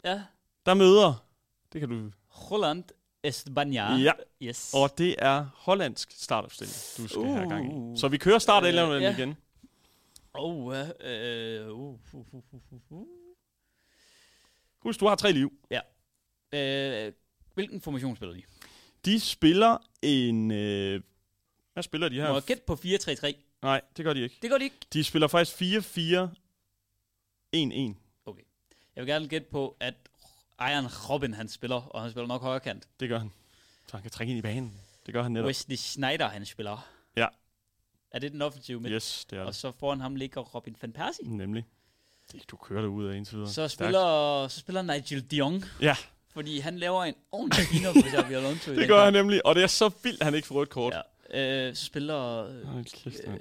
B: Ja.
C: Der møder, det kan du,
B: Holland, Espanja.
C: Ja.
B: Yes.
C: og det er hollandsk startopstilling, du skal uh. have gang i.
B: Uh.
C: Så vi kører start
B: Øh,
C: eller andet
B: ja.
C: igen.
B: Oh, uh, uh, uh, uh, uh, uh, uh.
C: Husk, du har tre liv.
B: Uh, hvilken formation spiller de?
C: De spiller en... Øh, hvad spiller de her?
B: Må jeg gætte på 4-3-3?
C: Nej, det gør de ikke.
B: Det gør de ikke.
C: De spiller faktisk 4-4-1-1.
B: Jeg vil gerne gætte på, at Ejeren Robin, han spiller, og han spiller nok højre kant.
C: Det gør han. Så han kan trække ind i banen. Det gør han netop.
B: Wesley Schneider, han spiller.
C: Ja.
B: Er det den offensive midt?
C: Yes, det er
B: Og
C: det.
B: så foran ham ligger Robin van Persie.
C: Nemlig. Det er ikke, du kører det ud af indtil videre.
B: Så
C: Stærkt.
B: spiller, så spiller Nigel de Jong,
C: Ja,
B: fordi han laver en ordentlig kino på Xabi Alonso. i
C: det
B: den
C: gør han
B: kamp.
C: nemlig. Og det er så vildt, at han ikke får rødt kort. Ja.
B: Ja. Øh, så spiller... Øh,
C: Hold kæft, mand.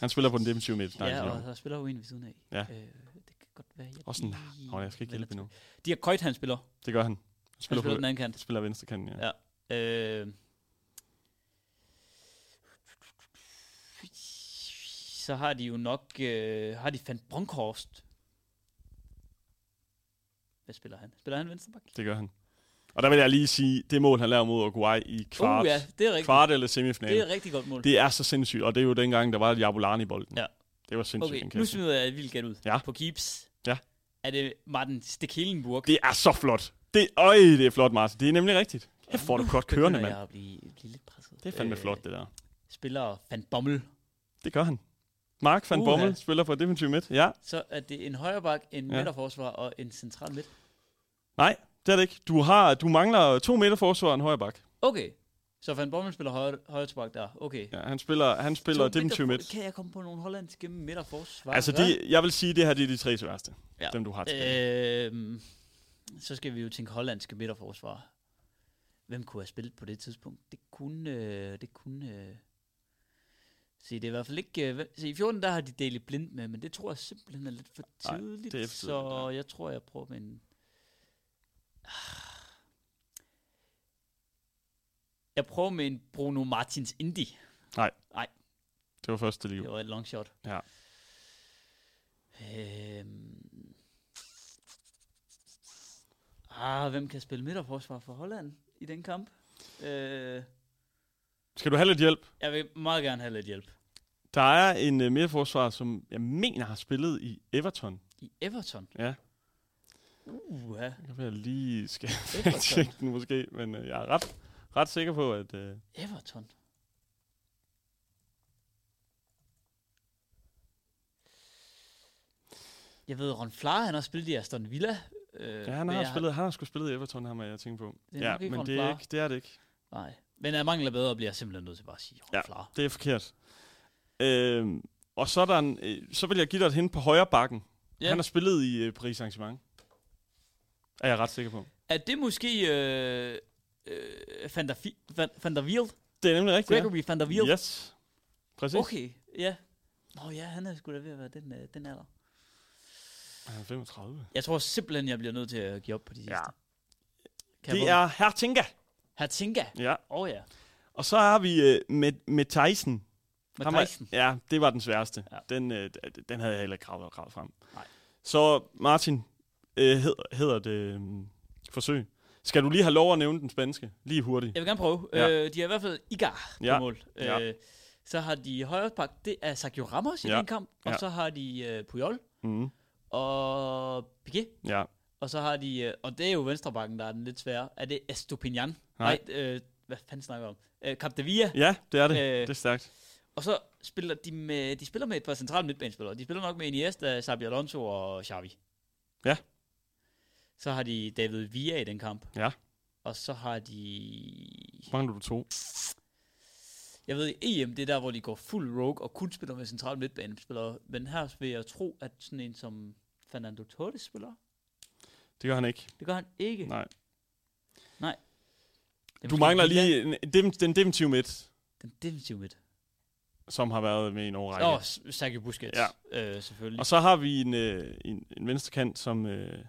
C: Han spiller på den defensive midt. Nej,
B: ja,
C: ja,
B: og der spiller jo en ved siden af.
C: Ja.
B: Øh, det kan godt være, jeg
C: Også en
B: lige
C: Nå, jeg skal ikke
B: vender
C: hjælpe endnu.
B: til- De har Køjt, han spiller. Han
C: Det gør han. Han
B: spiller,
C: spiller, på,
B: den anden kant.
C: spiller venstre kanten, ja.
B: Ja. Øh, så har de jo nok... Øh, har de fandt Bronkhorst. Hvad spiller han? Spiller han venstre bak?
C: Det gør han. Og der vil jeg lige sige, det mål, han laver mod Uruguay i kvart,
B: Uh, ja, det er rigtigt.
C: kvart eller
B: Det er
C: semifinalen,
B: et rigtig godt mål.
C: det er så sindssygt. Og det er jo dengang, der var Jabulani i bolden.
B: Ja.
C: Det var sindssygt.
B: Okay,
C: den
B: nu
C: kasse.
B: smider jeg et vildt gæt ud.
C: Ja.
B: På Keeps.
C: Ja.
B: Er det Martin Stekelenburg?
C: Det er så flot. Det, øj, det er flot, Martin. Det er nemlig rigtigt. Kæft, hvor er du godt kørende,
B: Begynder
C: mand.
B: Jeg at blive, blive lidt presset.
C: Det er fandme
B: Øh,
C: flot, det der.
B: Spiller Van Bommel.
C: Det gør han. Mark van
B: Uha.
C: Bommel spiller for defensiv midt. Ja,
B: Så er det en højre bak, en
C: Ja.
B: ja. midterforsvar og en central midt.
C: nej, det er det ikke. Du, har, du mangler to midterforsvar og en højre bak.
B: Okay. Så Van Bommel spiller højre, højre bak der. Okay.
C: Ja, han spiller, han spiller
B: To
C: defensiv
B: midterfor-
C: midt.
B: Kan jeg komme på nogle hollandske midterforsvar?
C: Altså, de, jeg vil sige, det her det er de tre sværeste. Ja.
B: Ja. Øh.
C: Dem, du har tilbage.
B: Øhm, så skal vi jo tænke hollandske midterforsvar. Hvem kunne have spillet på det tidspunkt? Det kunne... Øh, det kunne øh... Se, det er i hvert fald ikke... Øh, hvem- se, i 14 der har de Daily Blind med, men det tror jeg simpelthen er lidt for
C: Nej,
B: tidligt.
C: det er for tidligt,
B: så jeg tror, jeg prøver med en... Ah. Jeg prøver med en Bruno Martins Indy.
C: Det var første liv.
B: Det var et long shot.
C: Ja.
B: Øhm. Ah, hvem kan spille midterforsvar for Holland i den kamp? Øh,
C: Skal du have lidt hjælp?
B: jeg vil meget gerne have lidt hjælp.
C: Der er en uh, midterforsvar, som jeg mener har spillet i Everton.
B: I Everton?
C: Ja.
B: Uh, ja.
C: Det kan være, jeg lige skal
B: Everton.
C: tjekke den måske, men uh, jeg er ret, ret sikker på, at... Uh,
B: Everton. Jeg ved, Ron Flaher, han har spillet i Aston Villa. Øh,
C: ja, han
B: men
C: har,
B: jeg
C: spillet, han har sgu spillet i Everton, ham er jeg tænker på.
B: Det er
C: ja,
B: nok ikke
C: men
B: Rolf
C: det er,
B: Lager.
C: ikke, det er det ikke.
B: Nej. Men af mangler bedre bliver jeg simpelthen nødt til bare at sige Ron
C: Ja.
B: ja. Flaher.
C: Det er forkert. Øhm, og så, er der en, øh, så vil jeg give dig et hint på højre bakken.
B: Ja.
C: Han har spillet i øh, Paris Saint-Germain. Er jeg ret sikker på.
B: Er det måske øh, øh, Van, der Fi- Van, Van der Wiel?
C: Det er nemlig rigtigt. ja.
B: Gregory Van der Wiel?
C: Yes. Præcis.
B: Okay, ja. Nå ja, han er sgu da ved at være den, øh, den alder.
C: Han er 35.
B: Jeg tror simpelthen, jeg bliver nødt til at give op på de sidste.
C: Ja.
B: Kan
C: det er Hertinga.
B: Her tænker
C: Ja.
B: Åh oh, ja.
C: Og så har vi øh, med, med Tyson. Ham er-
B: Mathijsen.
C: Ja, det var den sværeste. Ja.
B: Ja.
C: Den, øh, d- den havde jeg heller ikke gravet, og gravet frem.
B: Nej.
C: Så Martin, øh, hedder, hedder det øh, forsøg. Skal du lige have lov at nævne den spanske? Lige hurtigt.
B: Jeg vil gerne prøve.
C: Ja.
B: Ja. Øh, de har i hvert fald Igar på
C: Ja.
B: ja. mål. Øh,
C: Ja.
B: Så har de højre bak, det er Sergio Ramos i
C: Ja.
B: den kamp. Og
C: Ja.
B: så har de øh, Puyol
C: Mm.
B: og Piquet.
C: Ja.
B: Og så har de, øh, og det er jo venstrebakken, der er den lidt svære. Er det Estupinian?
C: Nej.
B: Nej. Nej øh, hvad fanden snakker jeg om? Øh, Capdevia.
C: Ja, det er det. Øh,
B: Øh,
C: det er stærkt.
B: Og så spiller de med, de spiller med et par centrale midtbanespillere. De spiller nok med Iniesta, Xabi Alonso og Xavi.
C: Ja.
B: Så har de David Villa i den kamp.
C: Ja.
B: Og så har de...
C: Mangler du to?
B: Jeg ved, EM, det er der, hvor de går fuld rogue og kun spiller med centrale midtbanespillere. Men her vil jeg tro, at sådan en som Fernando Torres spiller.
C: Det gør han ikke.
B: Det gør han ikke.
C: Nej.
B: Det er
C: Du
B: måske
C: mangler
B: Villa,
C: lige en, dem, den defensive midt,
B: Den defensive midt.
C: som har været med i en årrække.
B: Åh, oh, Sergio Busquets.
C: Ja.
B: Øh, selvfølgelig.
C: Og så har vi en, øh, en, en venstrekant, som, øh,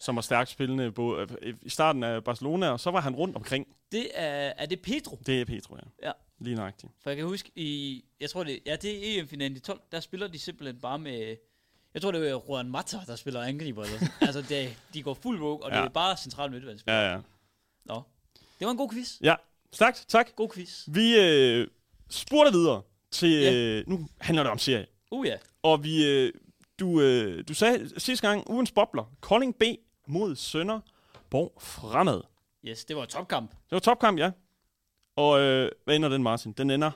C: som var stærkt spillende både, øh, i starten af Barcelona, og så var han rundt omkring.
B: Det er, er det Pedro?
C: Det er Pedro, ja.
B: Ja.
C: Lige nøjagtigt.
B: For jeg kan huske, i, jeg tror det, ja, det er EM-finalen i 12, der spiller de simpelthen bare med, jeg tror det er Juan Mata, der spiller angriber. Eller sådan. altså, det, de går fuld vogue, og ja.
C: Ja.
B: det er bare central midtvandsspil. Ja.
C: Ja, ja.
B: Nå, det var en god quiz.
C: Ja, stærkt. Tak.
B: God quiz.
C: Vi øh, spurgte videre til...
B: Ja.
C: Øh, nu handler det om serie.
B: Uh ja,
C: Og vi, øh, du, øh, du sagde sidste gang, ugens bobler, Kolding B mod Sønderborg fremad.
B: yes, det var en topkamp.
C: Det var topkamp, ja. Og øh, hvad ender den, Martin? Den ender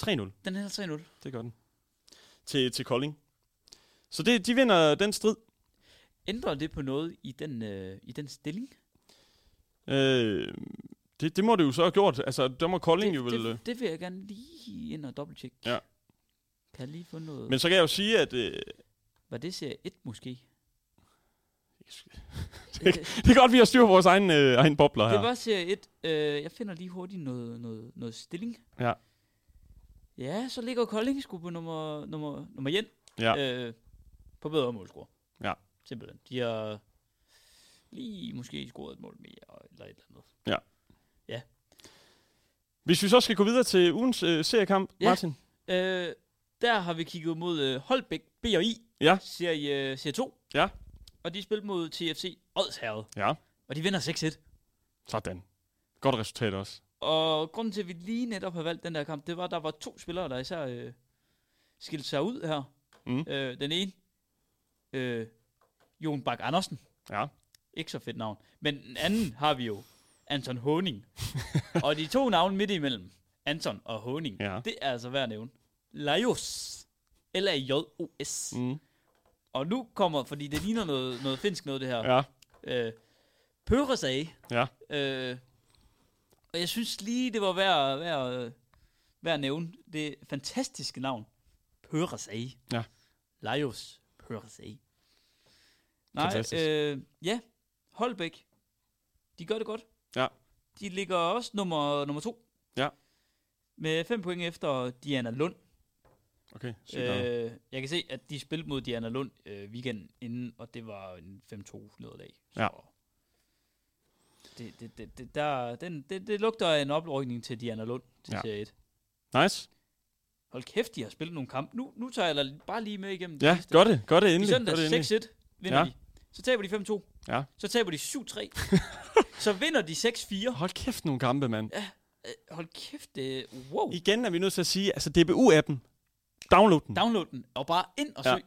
C: 3-0.
B: Den her 3-0.
C: Det gør den. Til, til Kolding. Så det, de vinder den strid.
B: Ændrer det på noget i den, øh, i den stilling?
C: Øh, Det, det må det jo så have gjort. Altså, der må Kolding jo vel...
B: det,
C: øh,
B: det, det vil jeg gerne lige ind og dobbelttjekke.
C: Ja.
B: Kan jeg lige få noget... Men...
C: Men så kan jeg jo sige, at... Øh,
B: Var det serie 1 måske?
C: det er godt, vi har styr på vores egen, øh, egen bobler
B: Det
C: her.
B: var serie 1. Øh, jeg finder lige hurtigt noget, noget, noget stilling.
C: Ja.
B: Ja, så ligger Kolding sgu på nummer, nummer, nummer 1.
C: Ja.
B: Øh, på bedre målscore.
C: Ja.
B: Simpelthen. De har lige måske scoret et mål mere, eller et eller andet.
C: Hvis vi så skal gå videre til ugens øh, seriekamp,
B: Ja.
C: Martin.
B: Øh, der har vi kigget mod øh, Holbæk B&I,
C: Ja.
B: serie, øh, serie 2.
C: Ja.
B: Og de spillede mod TFC Odsherred,
C: Ja,
B: og de vinder 6-1.
C: sådan. Godt resultat også.
B: Og grunden til, at vi lige netop har valgt den der kamp, det var, at der var to spillere, der især øh, skilte sig ud her.
C: Mm.
B: Øh, den ene, øh, Jon Bak Andersen.
C: Ja.
B: Ikke så fedt navn. Men den anden har vi jo, Anton Honing. og de to navne midt imellem, Anton og Honing,
C: Ja.
B: det er altså værd at nævne. Lajos. Eller j o s mm.
C: Mm.
B: Og nu kommer, fordi det ligner noget, noget finsk noget, det her.
C: Ja.
B: Øh, Pøre sagde.
C: Ja.
B: Øh, og jeg synes lige, det var værd, værd, øh, værd at nævne det fantastiske navn. Pøre sagde.
C: Ja.
B: Lajos Pøre sagde. Nej,
C: Fantastisk.
B: øh, ja. Holbæk. De gør det godt.
C: Ja.
B: De ligger også nummer, nummer to.
C: Ja.
B: Med fem point efter Diana Lund.
C: Okay, sygt øh.
B: Øh, jeg kan se, at de spillede mod Diana Lund øh, weekenden inden, og det var en 5-2 nederlag. Så
C: Ja.
B: Det, det, det, det, der, den, det, det lugter af en oprykning til Diana Lund til
C: Ja.
B: ja. serie 1.
C: Nice.
B: Hold kæft, de har spillet nogle kampe. Nu, nu tager jeg da bare lige med igennem
C: Ja,
B: sidste.
C: gør det. Gør det
B: I
C: endelig. Gør
B: søndags
C: det endelig.
B: 6-1 vinder
C: Ja.
B: ja. de. Så taber de 5-2.
C: Ja.
B: Så taber de 7-3. så vinder de 6-4.
C: Hold kæft nogle kampe, mand.
B: Øh, Hold kæft, det, wow.
C: Igen er vi nødt til at sige, altså DBU-appen, download den.
B: Download den, og bare ind og
C: Ja.
B: søg.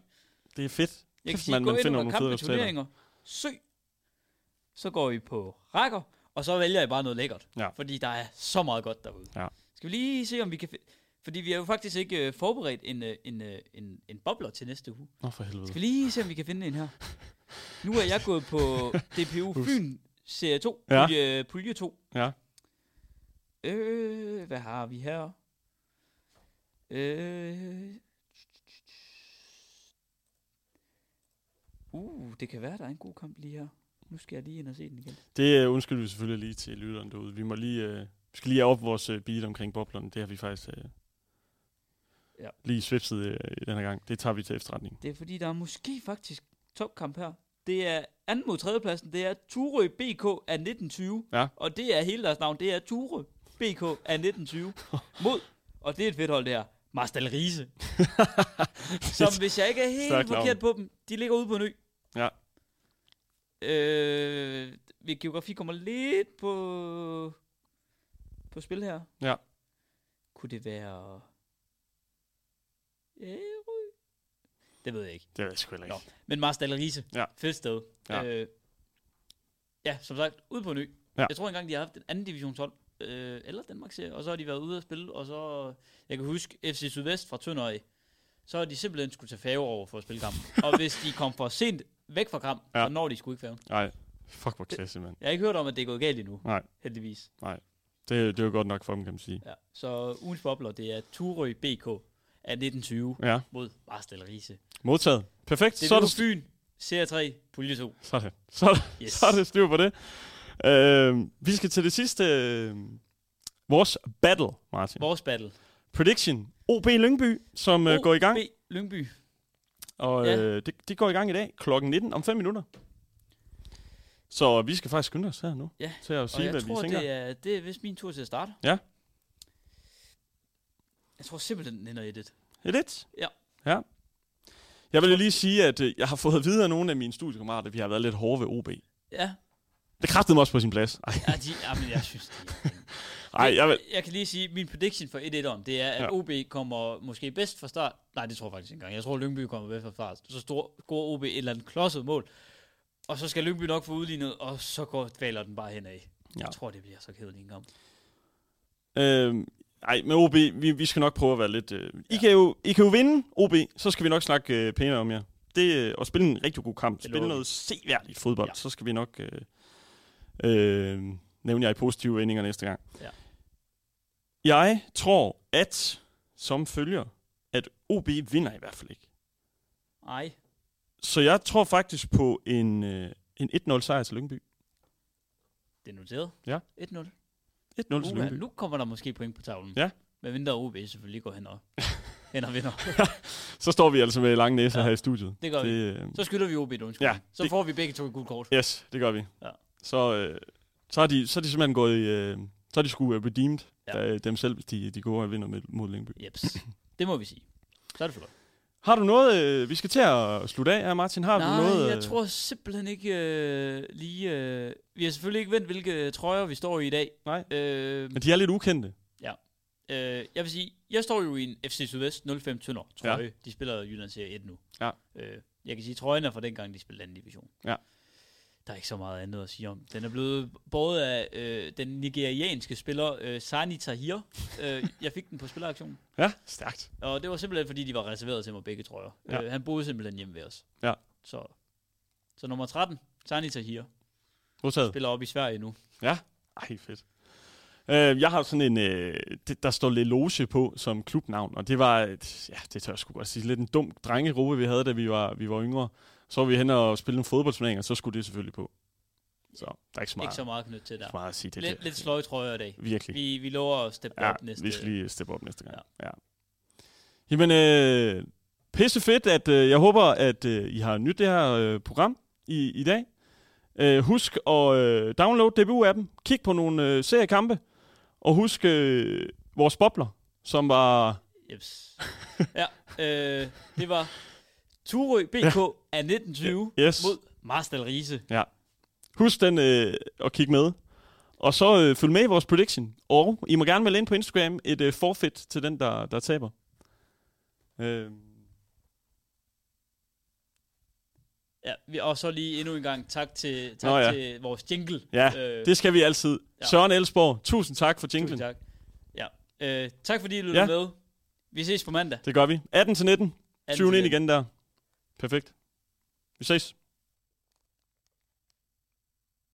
C: Det er fedt.
B: Jeg kan
C: Kæft,
B: sige,
C: man,
B: gå
C: man
B: ind
C: finder
B: under
C: nogle fede
B: kampe,
C: resultater.
B: turneringer, søg, så går I på rækker, og så vælger I bare noget lækkert.
C: Ja.
B: Fordi der er så meget godt derude.
C: Ja.
B: Skal vi lige se, om vi kan... fi- Fordi vi har jo faktisk ikke øh, forberedt en, øh, en, øh, en, en bobler til næste uge.
C: Nå for helvede.
B: Skal vi lige se, om vi kan finde en her? Nu er jeg gået på DPU Fyn Serie 2,
C: Ja.
B: ja. pulje, pulje 2.
C: Ja.
B: Øh, hvad har vi her? Øh... Uh, det kan være, der er en god kamp lige her. Nu skal jeg lige ind og se den igen.
C: Det øh, undskylder vi selvfølgelig lige til lytteren derude. Vi må lige, øh, vi skal lige op vores øh, beat omkring boblerne. Det har vi faktisk øh, ja.
B: Ja.
C: lige svipset øh, den her gang. Det tager vi til efterretning.
B: Det er fordi, der er måske faktisk topkamp her. Det er anden mod tredjepladsen, det er Turø BK af 1920.
C: Ja.
B: Og det er hele deres navn, det er Turø BK af 1920. Mod, og det er et fedt hold det her, Marstal Riese. Som hvis jeg ikke er helt
C: Stærkt
B: Stærk
C: navn.
B: forkert på dem, de ligger ude på en ø.
C: Ja.
B: Øh, vi geografi kommer lidt på, på spil her.
C: Ja.
B: Kunne det være... Ærø? Det ved jeg ikke.
C: Det er jeg sgu heller ikke.
B: Men Marstal Riese.
C: Ja.
B: Fedt sted.
C: Ja.
B: Øh, ja, som sagt, ude på en ø.
C: Ja.
B: Jeg tror engang, de har haft en anden divisionshold, øh, eller Danmark serie, og så har de været ude at spille, og så, jeg kan huske, FC Sydvest fra Tønder så har de simpelthen skulle tage fave over for at spille kampen. og hvis de kom for sent væk fra kampen,
C: Ja.
B: ja. så når de skulle ikke færgen.
C: Nej, fuck hvor klasse, mand.
B: Jeg har ikke hørt om, at det er gået galt endnu.
C: Nej.
B: Heldigvis.
C: Det, det er jo godt nok for dem, kan man sige.
B: Ja. Så ugens bobler, det er Turø BK af 1920
C: Ja,
B: mod Marstal Riese.
C: modtaget. Perfekt.
B: Det
C: så,
B: er
C: er
B: nu
C: det,
B: Fyn, Serie 3, Pulje 2.
C: så, er det, så, er det,
B: Yes.
C: så er det styr på det. Øh, vi skal til det sidste. Øh, vores battle, Martin.
B: Vores battle.
C: Prediction. OB Lyngby, som øh, går i gang.
B: B. Lyngby.
C: Og
B: Ja.
C: øh, det, det går i gang i dag kl. 19 om 5 minutter. Så vi skal faktisk skynde os her nu
B: Ja,
C: til at sige,
B: og jeg
C: hvad
B: tror,
C: vi tænker.
B: det er, det er vist min tur til at starte.
C: Ja.
B: Jeg tror simpelthen, den ender i det.
C: Er... Lidt?
B: Ja.
C: ja. Jeg vil jo lige sige, at øh, jeg har fået videre nogle af mine studiekammerater, at vi har været lidt hårde ved OB.
B: Ja,
C: Det kræftede mig også på sin plads. Ej,
B: ja, de, ja men jeg synes, de er
C: ej jeg vil...
B: jeg kan lige sige, min prediction for 1 om det er, at
C: Ja.
B: ja. OB kommer måske bedst fra start. Nej, det tror jeg faktisk ikke engang. Jeg tror, Lyngby kommer bedst fra start. Så stor, scorer OB et eller andet klodset mål. Og så skal Lyngby nok få udlignet, og så går dvaler den bare henad.
C: Ja.
B: Ja. Jeg tror, det bliver så kedeligt en kamp.
C: Øh, ej, med OB, vi, vi skal nok prøve at være lidt... Øh... I, kan jo, I kan jo vinde OB, så skal vi nok snakke øh, pænere om jer. Det, øh, og spille en rigtig god kamp.
B: Det
C: Spille
B: lover vi.
C: noget seværdigt fodbold, ja.
B: Ja.
C: så skal vi nok... Øh, øh, nævner jeg i positive vendinger næste gang.
B: Ja.
C: Jeg tror, at som følger, at OB vinder i hvert fald ikke.
B: Ej.
C: Så jeg tror faktisk på en, øh, en 1-0 sejr til Lyngby.
B: Det er noteret.
C: Ja.
B: 1-0.
C: 1-0 til
B: Uha,
C: Lyngby.
B: nu kommer der måske point på tavlen.
C: Ja.
B: Men mindre OB selvfølgelig går hen og, hen og vinder.
C: Så står vi altså med lange næser
B: Ja.
C: ja. her i studiet.
B: Det gør vi.
C: det, øh,
B: Så skylder vi OB et undskyld.
C: Ja,
B: så
C: det-
B: får vi begge to et gult kort.
C: Yes, det gør vi.
B: Ja.
C: Så, øh, så, er de, så er de simpelthen gået i, øh, så er de sgu øh, redeemed
B: Ja.
C: ja. af dem selv, hvis de, de går og vinder med, mod Lyngby.
B: Jeps. Det må vi sige. Så er det flot.
C: Har du noget, øh, vi skal til at slutte af her, Martin? Har
B: Nej,
C: du noget? øh,
B: jeg tror simpelthen ikke øh, lige... Øh, vi har selvfølgelig ikke vendt, hvilke øh, trøjer vi står i i dag.
C: Nej.
B: Øh,
C: Men de er lidt ukendte.
B: øh, jeg vil sige, jeg står jo i en FC Sydvest 05 Tønder trøje. Ja. De spiller Jylland Serie 1 nu.
C: Ja.
B: Øh, jeg kan sige, trøjen er fra dengang, de spillede anden division.
C: Ja.
B: Der er ikke så meget andet at sige om. Den er blevet både af øh, den nigerianske spiller øh, Sani Tahir. øh, jeg fik den på spilleraktionen.
C: Ja, stærkt.
B: Og det var simpelthen, fordi de var reserveret til mig begge trøjer. Ja.
C: Ja.
B: Øh, han boede simpelthen hjemme ved os.
C: Ja.
B: Så, så nummer 13, Sani Tahir,
C: Modtaget.
B: spiller op i Sverige nu.
C: Ej, fedt. Øh, jeg har sådan en, øh, det, der står Leloge på som klubnavn, og det var, et, ja, det tør jeg sgu godt sige, lidt en dum drengegruppe, vi havde, da vi var, vi var yngre. Så var vi hen og spille nogle fodboldturnering, og så skulle det selvfølgelig på. Så der er ikke
B: Meget.
C: så meget,
B: Ikke så meget knyttet til der.
C: så meget at sige til det.
B: Lidt, lidt sløje trøjer i dag.
C: Virkelig.
B: Vi, vi lover at steppe
C: Ja,
B: op næste.
C: vi skal lige steppe op næste gang.
B: Ja.
C: Ja. ja. Jamen, øh, pisse fedt, at øh, jeg håber, at øh, I har nyt det her øh, program i, i dag. Øh, husk at øh, downloade DBU-appen, kig på nogle øh, seriekampe, og husk øh, vores bobler, som var...
B: Jeps. ja, øh, det var Turø BK ja. af 1920
C: Yes.
B: mod Marstal Riese.
C: Husk den øh, at kigge med. Og så øh, følg med i vores prediction. Og I må gerne melde ind på Instagram et øh, forfit til den, der, der taber. Øh,
B: Ja, vi, og så lige endnu en gang tak til, tak
C: Nå ja.
B: til vores jingle.
C: Ja,
B: øh,
C: det skal vi altid.
B: Ja.
C: Søren Elsborg, tusind tak for jinglen.
B: tusind tak. Ja. Øh, tak fordi I lyttede
C: Ja.
B: med. Vi ses på mandag.
C: Det gør vi. 18 til 19. 20 ind igen der. Perfekt. Vi ses.